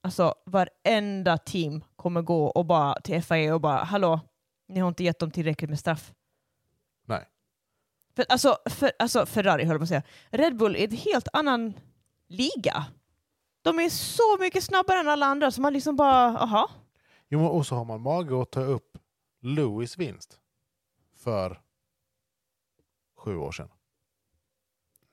alltså varenda team kommer gå och bara till FIA och bara hallå, ni har inte gett dem tillräckligt med straff.
Nej.
För, alltså, för, alltså Ferrari höll jag på att säga. Red Bull är en helt annan liga. De är så mycket snabbare än alla andra så man liksom bara, aha.
Jo, men och så har man mage att ta upp Lewis vinst för sju år sedan.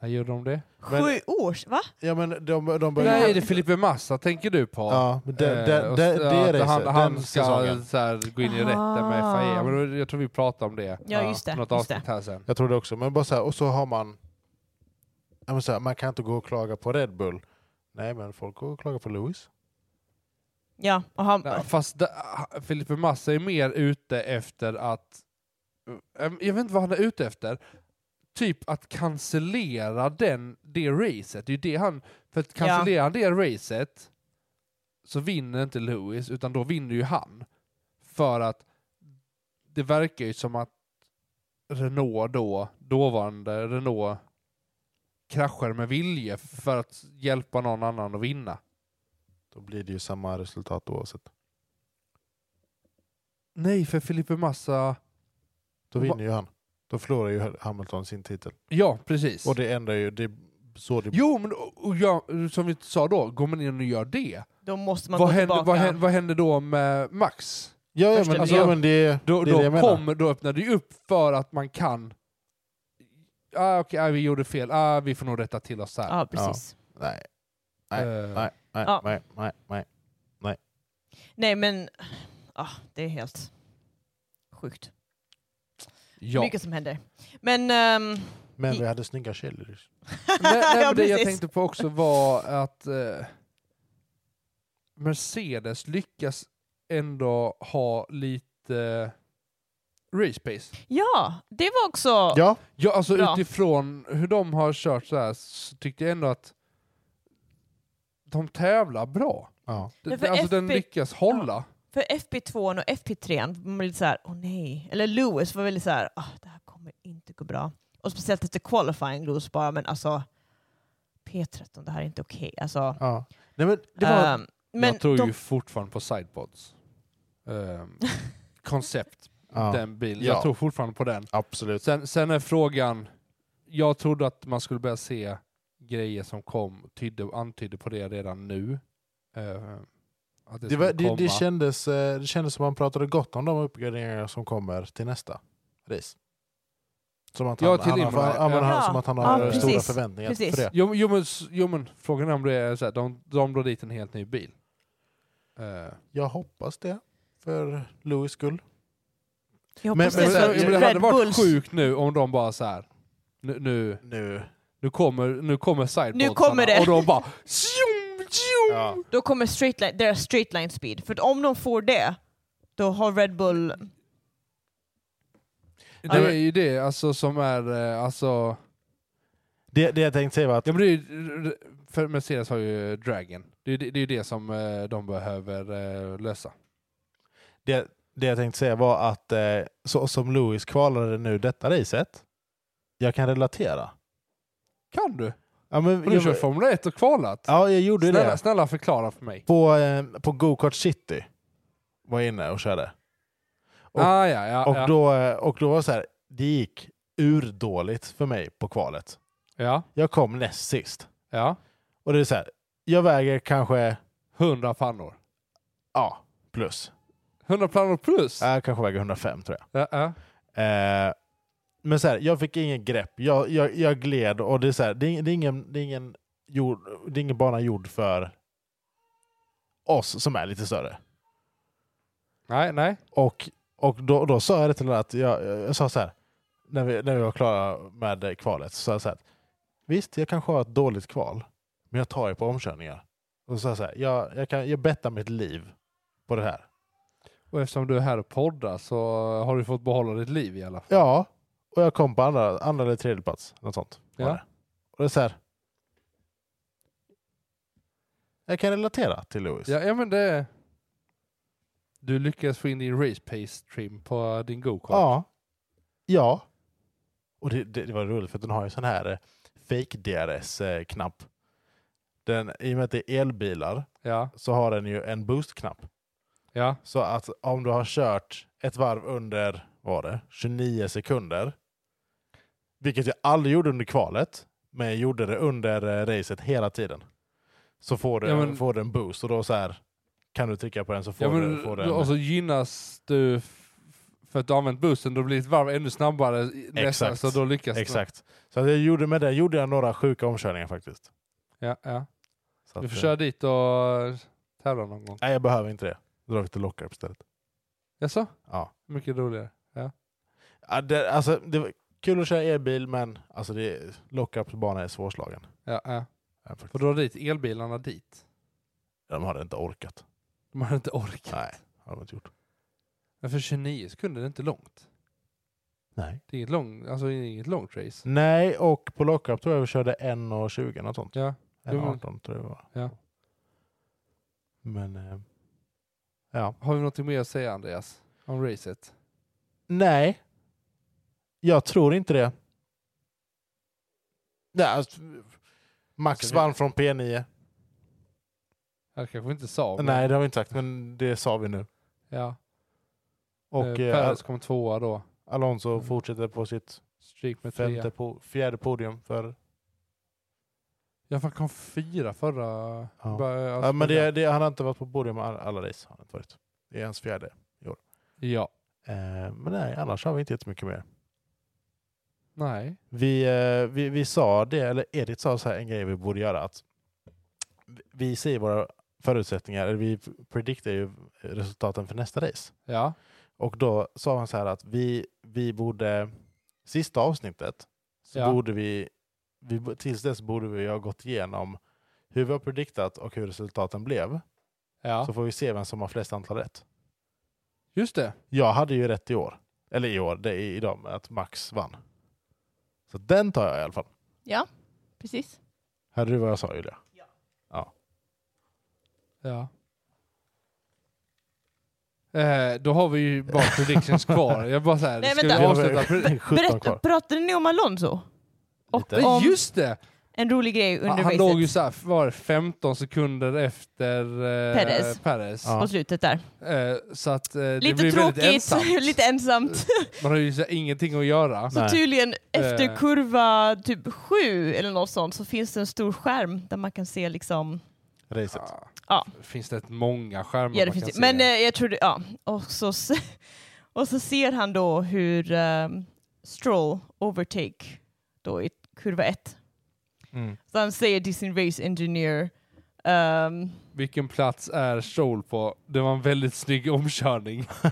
När gjorde de det?
Men-
Sju års, va?
Ja, men de, de började...
Nej, det är Filipe Massa tänker du på.
Ja, men det,
Eh,
det,
och
det,
s-
det,
att
racet,
han, han
den
ska
säsongen.
så här, gå in i
Ah.
rätten med FIA. Men då- jag tror vi pratar om det.
Ja, just det,
på Något
just
avsnitt här sen.
Jag tror det också. Men bara så här, och så har man... Ja, men så här, man kan inte gå och klaga på Red Bull. Nej, men folk går och klagar på Lewis.
Ja, och han,
Ja, fast det, Filipe Massa är mer ute efter att... Eh, Jag vet inte vad han är ute efter. Typ att cancellera den, det racet. Det är ju det han... För att cancellera han det racet så vinner inte Lewis, utan då vinner ju han. För att det verkar ju som att Renault då, dåvarande Renault, kraschar med vilje för att hjälpa någon annan att vinna.
Då blir det ju samma resultat oavsett.
Nej, för Filipe Massa
Då
Va-
vinner ju han. Då förlorar ju Hamilton sin titel.
Ja, precis.
Och det ändrar ju... Det, är så det,
Jo, men och- och ja, som vi sa då, går man in och gör det,
Då måste man
vad
gå
händer,
tillbaka.
vad, händer, vad händer då med Max?
ja, ja,
först
men,
är
alltså,
det-
ja, men det,
Då,
det är det jag
då,
menar.
kom, då öppnade det ju upp för att man kan... Ah, Okej, ah, vi gjorde fel. Ah, vi får nog rätta till oss här.
Ja, precis.
Nej, nej,
Eh,
nej, nej,
Ja.
nej, nej, nej.
Nej men, ah, det är helt sjukt.
ja. eh,
Mycket som händer. Men, ehm,
Men
I-
vi hade snygga cheerleaders.
nej, nej,
Ja,
men det jag
precis.
tänkte på också var att eh, Mercedes lyckas ändå ha lite eh, race pace.
ja, det var också...
Ja,
Ja, alltså
Bra.
utifrån hur de har kört så här så tyckte jag ändå att de tävlar bra.
ja.
Det-
Men för
alltså den
FP
lyckas hålla.
För FP2 och FP3 var man lite såhär, åh nej. Eller Lewis var väldigt såhär, ah, det här kommer inte gå bra. Och speciellt efter qualifying, Lewis bara, men alltså P13, det här är inte okej. Alltså,
ja. Nej, men det var,
ehm, men
jag tror
de,
ju fortfarande på sidepods. Ehm, Koncept,
ja,
den bilen.
Ja.
Jag tror fortfarande på den.
absolut.
Sen, sen är frågan, jag trodde att man skulle börja se grejer som kom, tydde, antydde på det redan nu. Ehm, att det,
Det, var,
skulle
det, det,
komma.
kändes, eh, det kändes som man pratade gott om de uppgraderingar som kommer till nästa race. Som att han,
Ja, till
han, har,
Imola,
ja, men
ja.
han, som att han
Ja,
har eh,
precis.
stora förväntningar
Precis.
för det.
Jo, jo, men, s- jo men frågan är om det är så här, de, de drar dit en helt ny bil. Eh,
Jag hoppas det, för Louis skull.
jag
men-
hoppas
men,
Precis,
det,
men,
är
jag-
men det
Red
hade varit
Bulls.
sjukt nu om de bara så här. Nu, nu,
Nu.
nu kommer, nu kommer sideboardsarna
Nu kommer det.
och de bara tjum, tjum.
Ja.
Då kommer straight line, deras straight line speed. För att om de får det, då har Red Bull...
Det är ju det alltså som är eh, alltså
Det, det jag tänkte säga var att
ja, men det är, ju- för Mercedes har ju Dragon. Det är ju det, det, är ju det som eh, de behöver eh, lösa.
det, det jag tänkte säga var att eh, så som Lewis kvalade nu detta racet, jag kan relatera.
Kan du?
Ja, men,
Har du kört
jag,
Formel 1 och kvalat?
ja, jag gjorde ju
snälla,
det.
snälla förklara för mig.
På, eh, på Go-Kart City var jag inne och körde. Och-
ah, ja, ja,
Och,
ja.
då, eh, och då var det så här, det gick urdåligt för mig på kvalet.
ja,
Jag kom näst sist.
ja.
Och det är så här, jag väger kanske,
Hundra pannor.
ja, plus.
100 pannor plus?
Jag kanske väger 105 tror jag.
Ja, ja.
Eh, men så här, jag fick ingen grepp. Jag, jag, jag gled och det är så här, det är, det är, ingen, det är, ingen, jord, det är ingen bana gjord för oss som är lite större.
Nej, nej.
Och, och då, då sa jag det till alla att jag, jag sa så här, när vi, när vi var klara med kvalet, så sa jag så här, visst jag kanske har ett dåligt kval, men jag tar ju på omkörningar. Och så sa jag så här, jag, jag, kan, jag bettar mitt liv på det här.
Och eftersom du är här och poddar så har du fått behålla ditt liv i alla fall.
Ja, och jag kom på andra, andra eller tredje plats. Något sånt. var
Ja.
det. Och det är så här. Jag kan relatera till Lewis.
Ja, ja men det... Du lyckades få in din race pace trim på din go-kart.
ja. Ja. Och det, det, det var roligt för den har ju sån här eh, fake DRS-knapp. eh, Den, I och med att det är elbilar
Ja,
så har den ju en boost-knapp.
ja,
Så att om du har kört ett varv under, vad var det, 29 sekunder, vilket jag aldrig gjorde under kvalet, men jag gjorde det under eh, racet hela tiden, så får du,
Ja, men-
får du en boost och då så här kan du trycka på den så får
ja
du,
men, alltså,
får du en...
och så gynnas du f- för att du har använt bussen, då blir ett varv ännu snabbare i- nästan,
Exakt.
så då lyckas du.
Exakt. Så att jag gjorde med det gjorde jag några sjuka omkörningar faktiskt.
Ja, ja.
Så
Du
att,
får
eh,
köra dit och tävla någon gång.
Nej, jag behöver inte det. Dra till Lockarp istället.
Jaså?
Ja.
Mycket roligare.
Ja, det, alltså, det var kul att köra elbil, men alltså, det- Lockarps bana är svårslagen.
Ja, ja.
Ja,
Och
faktiskt.
dra dit elbilarna dit.
De hade inte orkat.
De hade inte orkat.
Nej, har de inte gjort.
Men för 29 sekunder är det inte långt.
Nej.
Det är inget, lång, alltså, det är inget långt race.
Nej, och på lockup tror jag vi körde 1.20 något sånt.
Ja. Jo, men-
1.18 tror jag det var.
Ja.
Men... Eh, ja.
Har vi något mer att säga Andreas? Om racet?
Nej. Jag tror inte det. Nej, alltså, Max
Så vi-
vann från P9.
Det kanske vi inte sa. men-
Nej, det har vi inte sagt, men det sa vi nu.
Ja.
Och,
eh,
eh,
Perez kom tvåa då.
Alonso
Mm.
fortsätter på sitt
Streak med
femte
trea.
po- fjärde podium. För,
Jag fan kom fyra förra...
Ja.
bara, alltså,
ja, men det, det, han har inte varit på podium alla, alla race. Har han inte varit. Det är hans fjärde.
Ja.
Eh, men nej, annars har vi inte jättemycket mer.
Nej.
Vi, eh, vi, vi sa det, eller Edith sa så här en grej vi borde göra. att Vi ser våra förutsättningar, eller vi prediktar ju resultaten för nästa race.
Ja.
Och då sa han så här att vi, vi borde, sista avsnittet, så
Ja.
borde vi, vi, bo- tills dess borde vi ha gått igenom hur vi har prediktat och hur resultaten blev.
Ja.
Så får vi se vem som har flest antal rätt.
Just det.
Jag hade ju rätt i år, eller i år, det är idag, med att Max vann. Så den tar jag i alla fall.
Ja, precis.
Hörde du vad jag sa Julia?
Ja. Eh, då har vi ju bara predictions kvar. Jag bara såhär,
Nej,
ska vi
vänta.
avsluta?
Jag
pre-
var- 17
Berätta,
kvar.
pratade ni om Alonso? Och
Lite.
Men
om
just det!
en rolig grej under
Han, han
racet
låg ju såhär, var det 15 sekunder efter eh,
Perez.
Perez.
Ja.
på slutet där.
Eh, så att eh, det
Lite
blir väldigt
tråkigt,
ensamt.
lite ensamt.
Man har ju så här, ingenting att göra.
Så
Nej.
tydligen efter
Eh.
kurva typ sju eller något sånt så finns det en stor skärm där man kan se liksom...
Racet.
Ja.
Finns det ett många skärmar
Ja, det
man
finns
kan
ju. Men
se?
eh, jag tror det, ja. Och så, se- och så ser han då hur ehm, Stroll overtake då i kurva ett.
Mm.
Så han säger till sin race engineer ehm,
Vilken plats är Stroll på? Det var en väldigt snygg omkörning.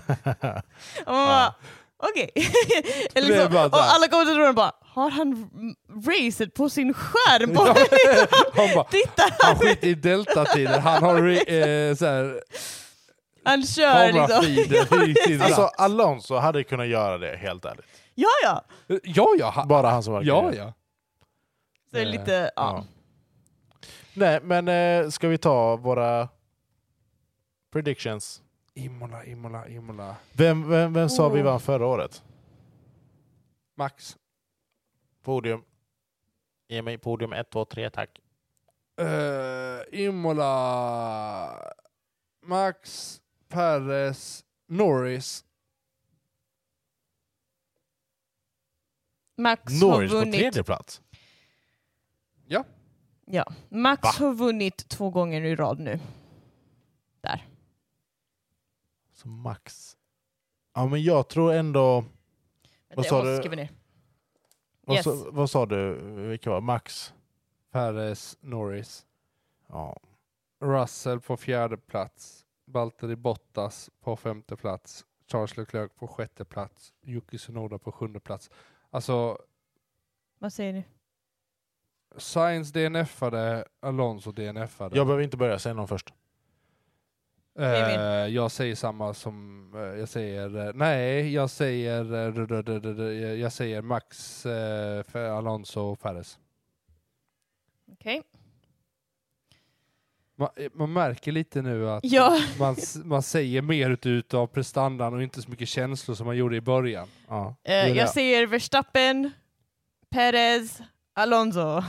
Och man bara, okej. Eller
Det är
liksom,
bara
och
där.
alla kommentatorerna bara, har han r- racet på sin skärm? Och
han bara,
tittar
han
han,
skiter i deltatider. Han har re- eh, så här,
han kör
kamerafeed.
liksom.
i
Alltså
alltså,
Alonso hade kunnat göra det helt ärligt.
Ja, ja.
ja, ja. Han,
Bara han som verkar
ja,
göra det.
ja.
Så det är
Eh,
lite, ja.
Nej, men eh, ska vi ta våra predictions?
Imola, Imola, Imola.
Vem, vem, vem sa vi
Oh.
vann förra året?
Max.
Podium. Ge mig podium 1, 2, 3 tack.
Eh, Imola. Max. Perez. Norris.
Max
Norris
har
på
vunnit.
tredje plats.
Ja. Max
Va?
har vunnit två gånger i rad nu.
Så Max. Ja, men jag tror ändå...
Vänta, jag
sa
måste
du?
skriva ner.
Vad,
Yes.
sa, vad sa du? Vilka var Max?
Perez. Norris.
Ja.
Russell på fjärde plats. Valtteri Bottas på femte plats. Charles Leclerc på sjätte plats. Yuki Tsunoda på sjunde plats. Alltså,
Vad säger ni?
Sainz DNF-ade, Alonso DNF-ade.
Jag behöver inte börja, säg någon först.
Eh, jag säger samma som eh, jag säger. eh, nej, jag säger eh, du- du- du- du- du- jag- jag säger Max, eh, för Alonso och Perez.
Okej.
Man, eh, man märker lite nu att
Ja.
man, s- man säger mer ut- utav prestandan och inte så mycket känslor som man gjorde i början.
Ja.
Eh,
Julia.
jag säger Verstappen, Perez, Alonso.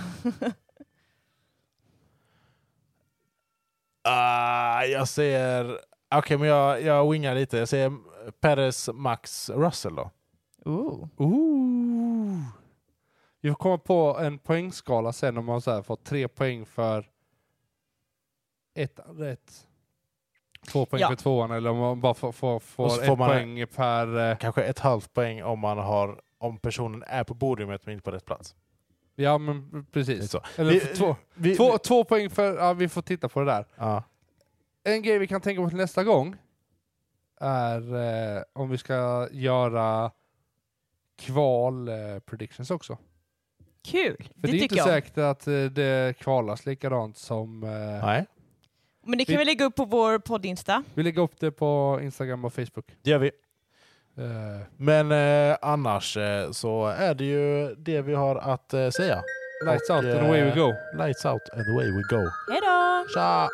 Ah, jag säger... Okej, men jag, jag wingar lite. Jag säger Perez, Max, Russell då.
Ooh.
Ooh. Vi får komma på en poängskala sen om man så här får tre poäng för ett rätt. Två poäng
Ja.
för tvåan eller om man bara får, får, får,
Och så
ett
får man-
poäng per... eh,
Kanske ett halvt poäng om man har om personen är på podiumet men inte på rätt plats.
Ja men
Lite
precis.
så.
Eller
Vi-
för två,
Vi,
två, två poäng för... Ja, vi får titta på det där.
ja.
En grej vi kan tänka på till nästa gång är eh, om vi ska göra kval eh, predictions också.
Kul.
För
det
det, är
tycker
inte
jag.
säkert att eh, det kvalas likadant som... Eh,
Nej,
Men det kan
Vi-
vi lägga upp på vår podd-insta.
Vi lägger upp det på Instagram och Facebook.
det gör vi.
Eh,
Men eh, annars eh, så är det ju det vi har att eh, säga.
lights
Och,
out and
eh,
away we go.
Lights out and away we go.
Hej då!
Tja!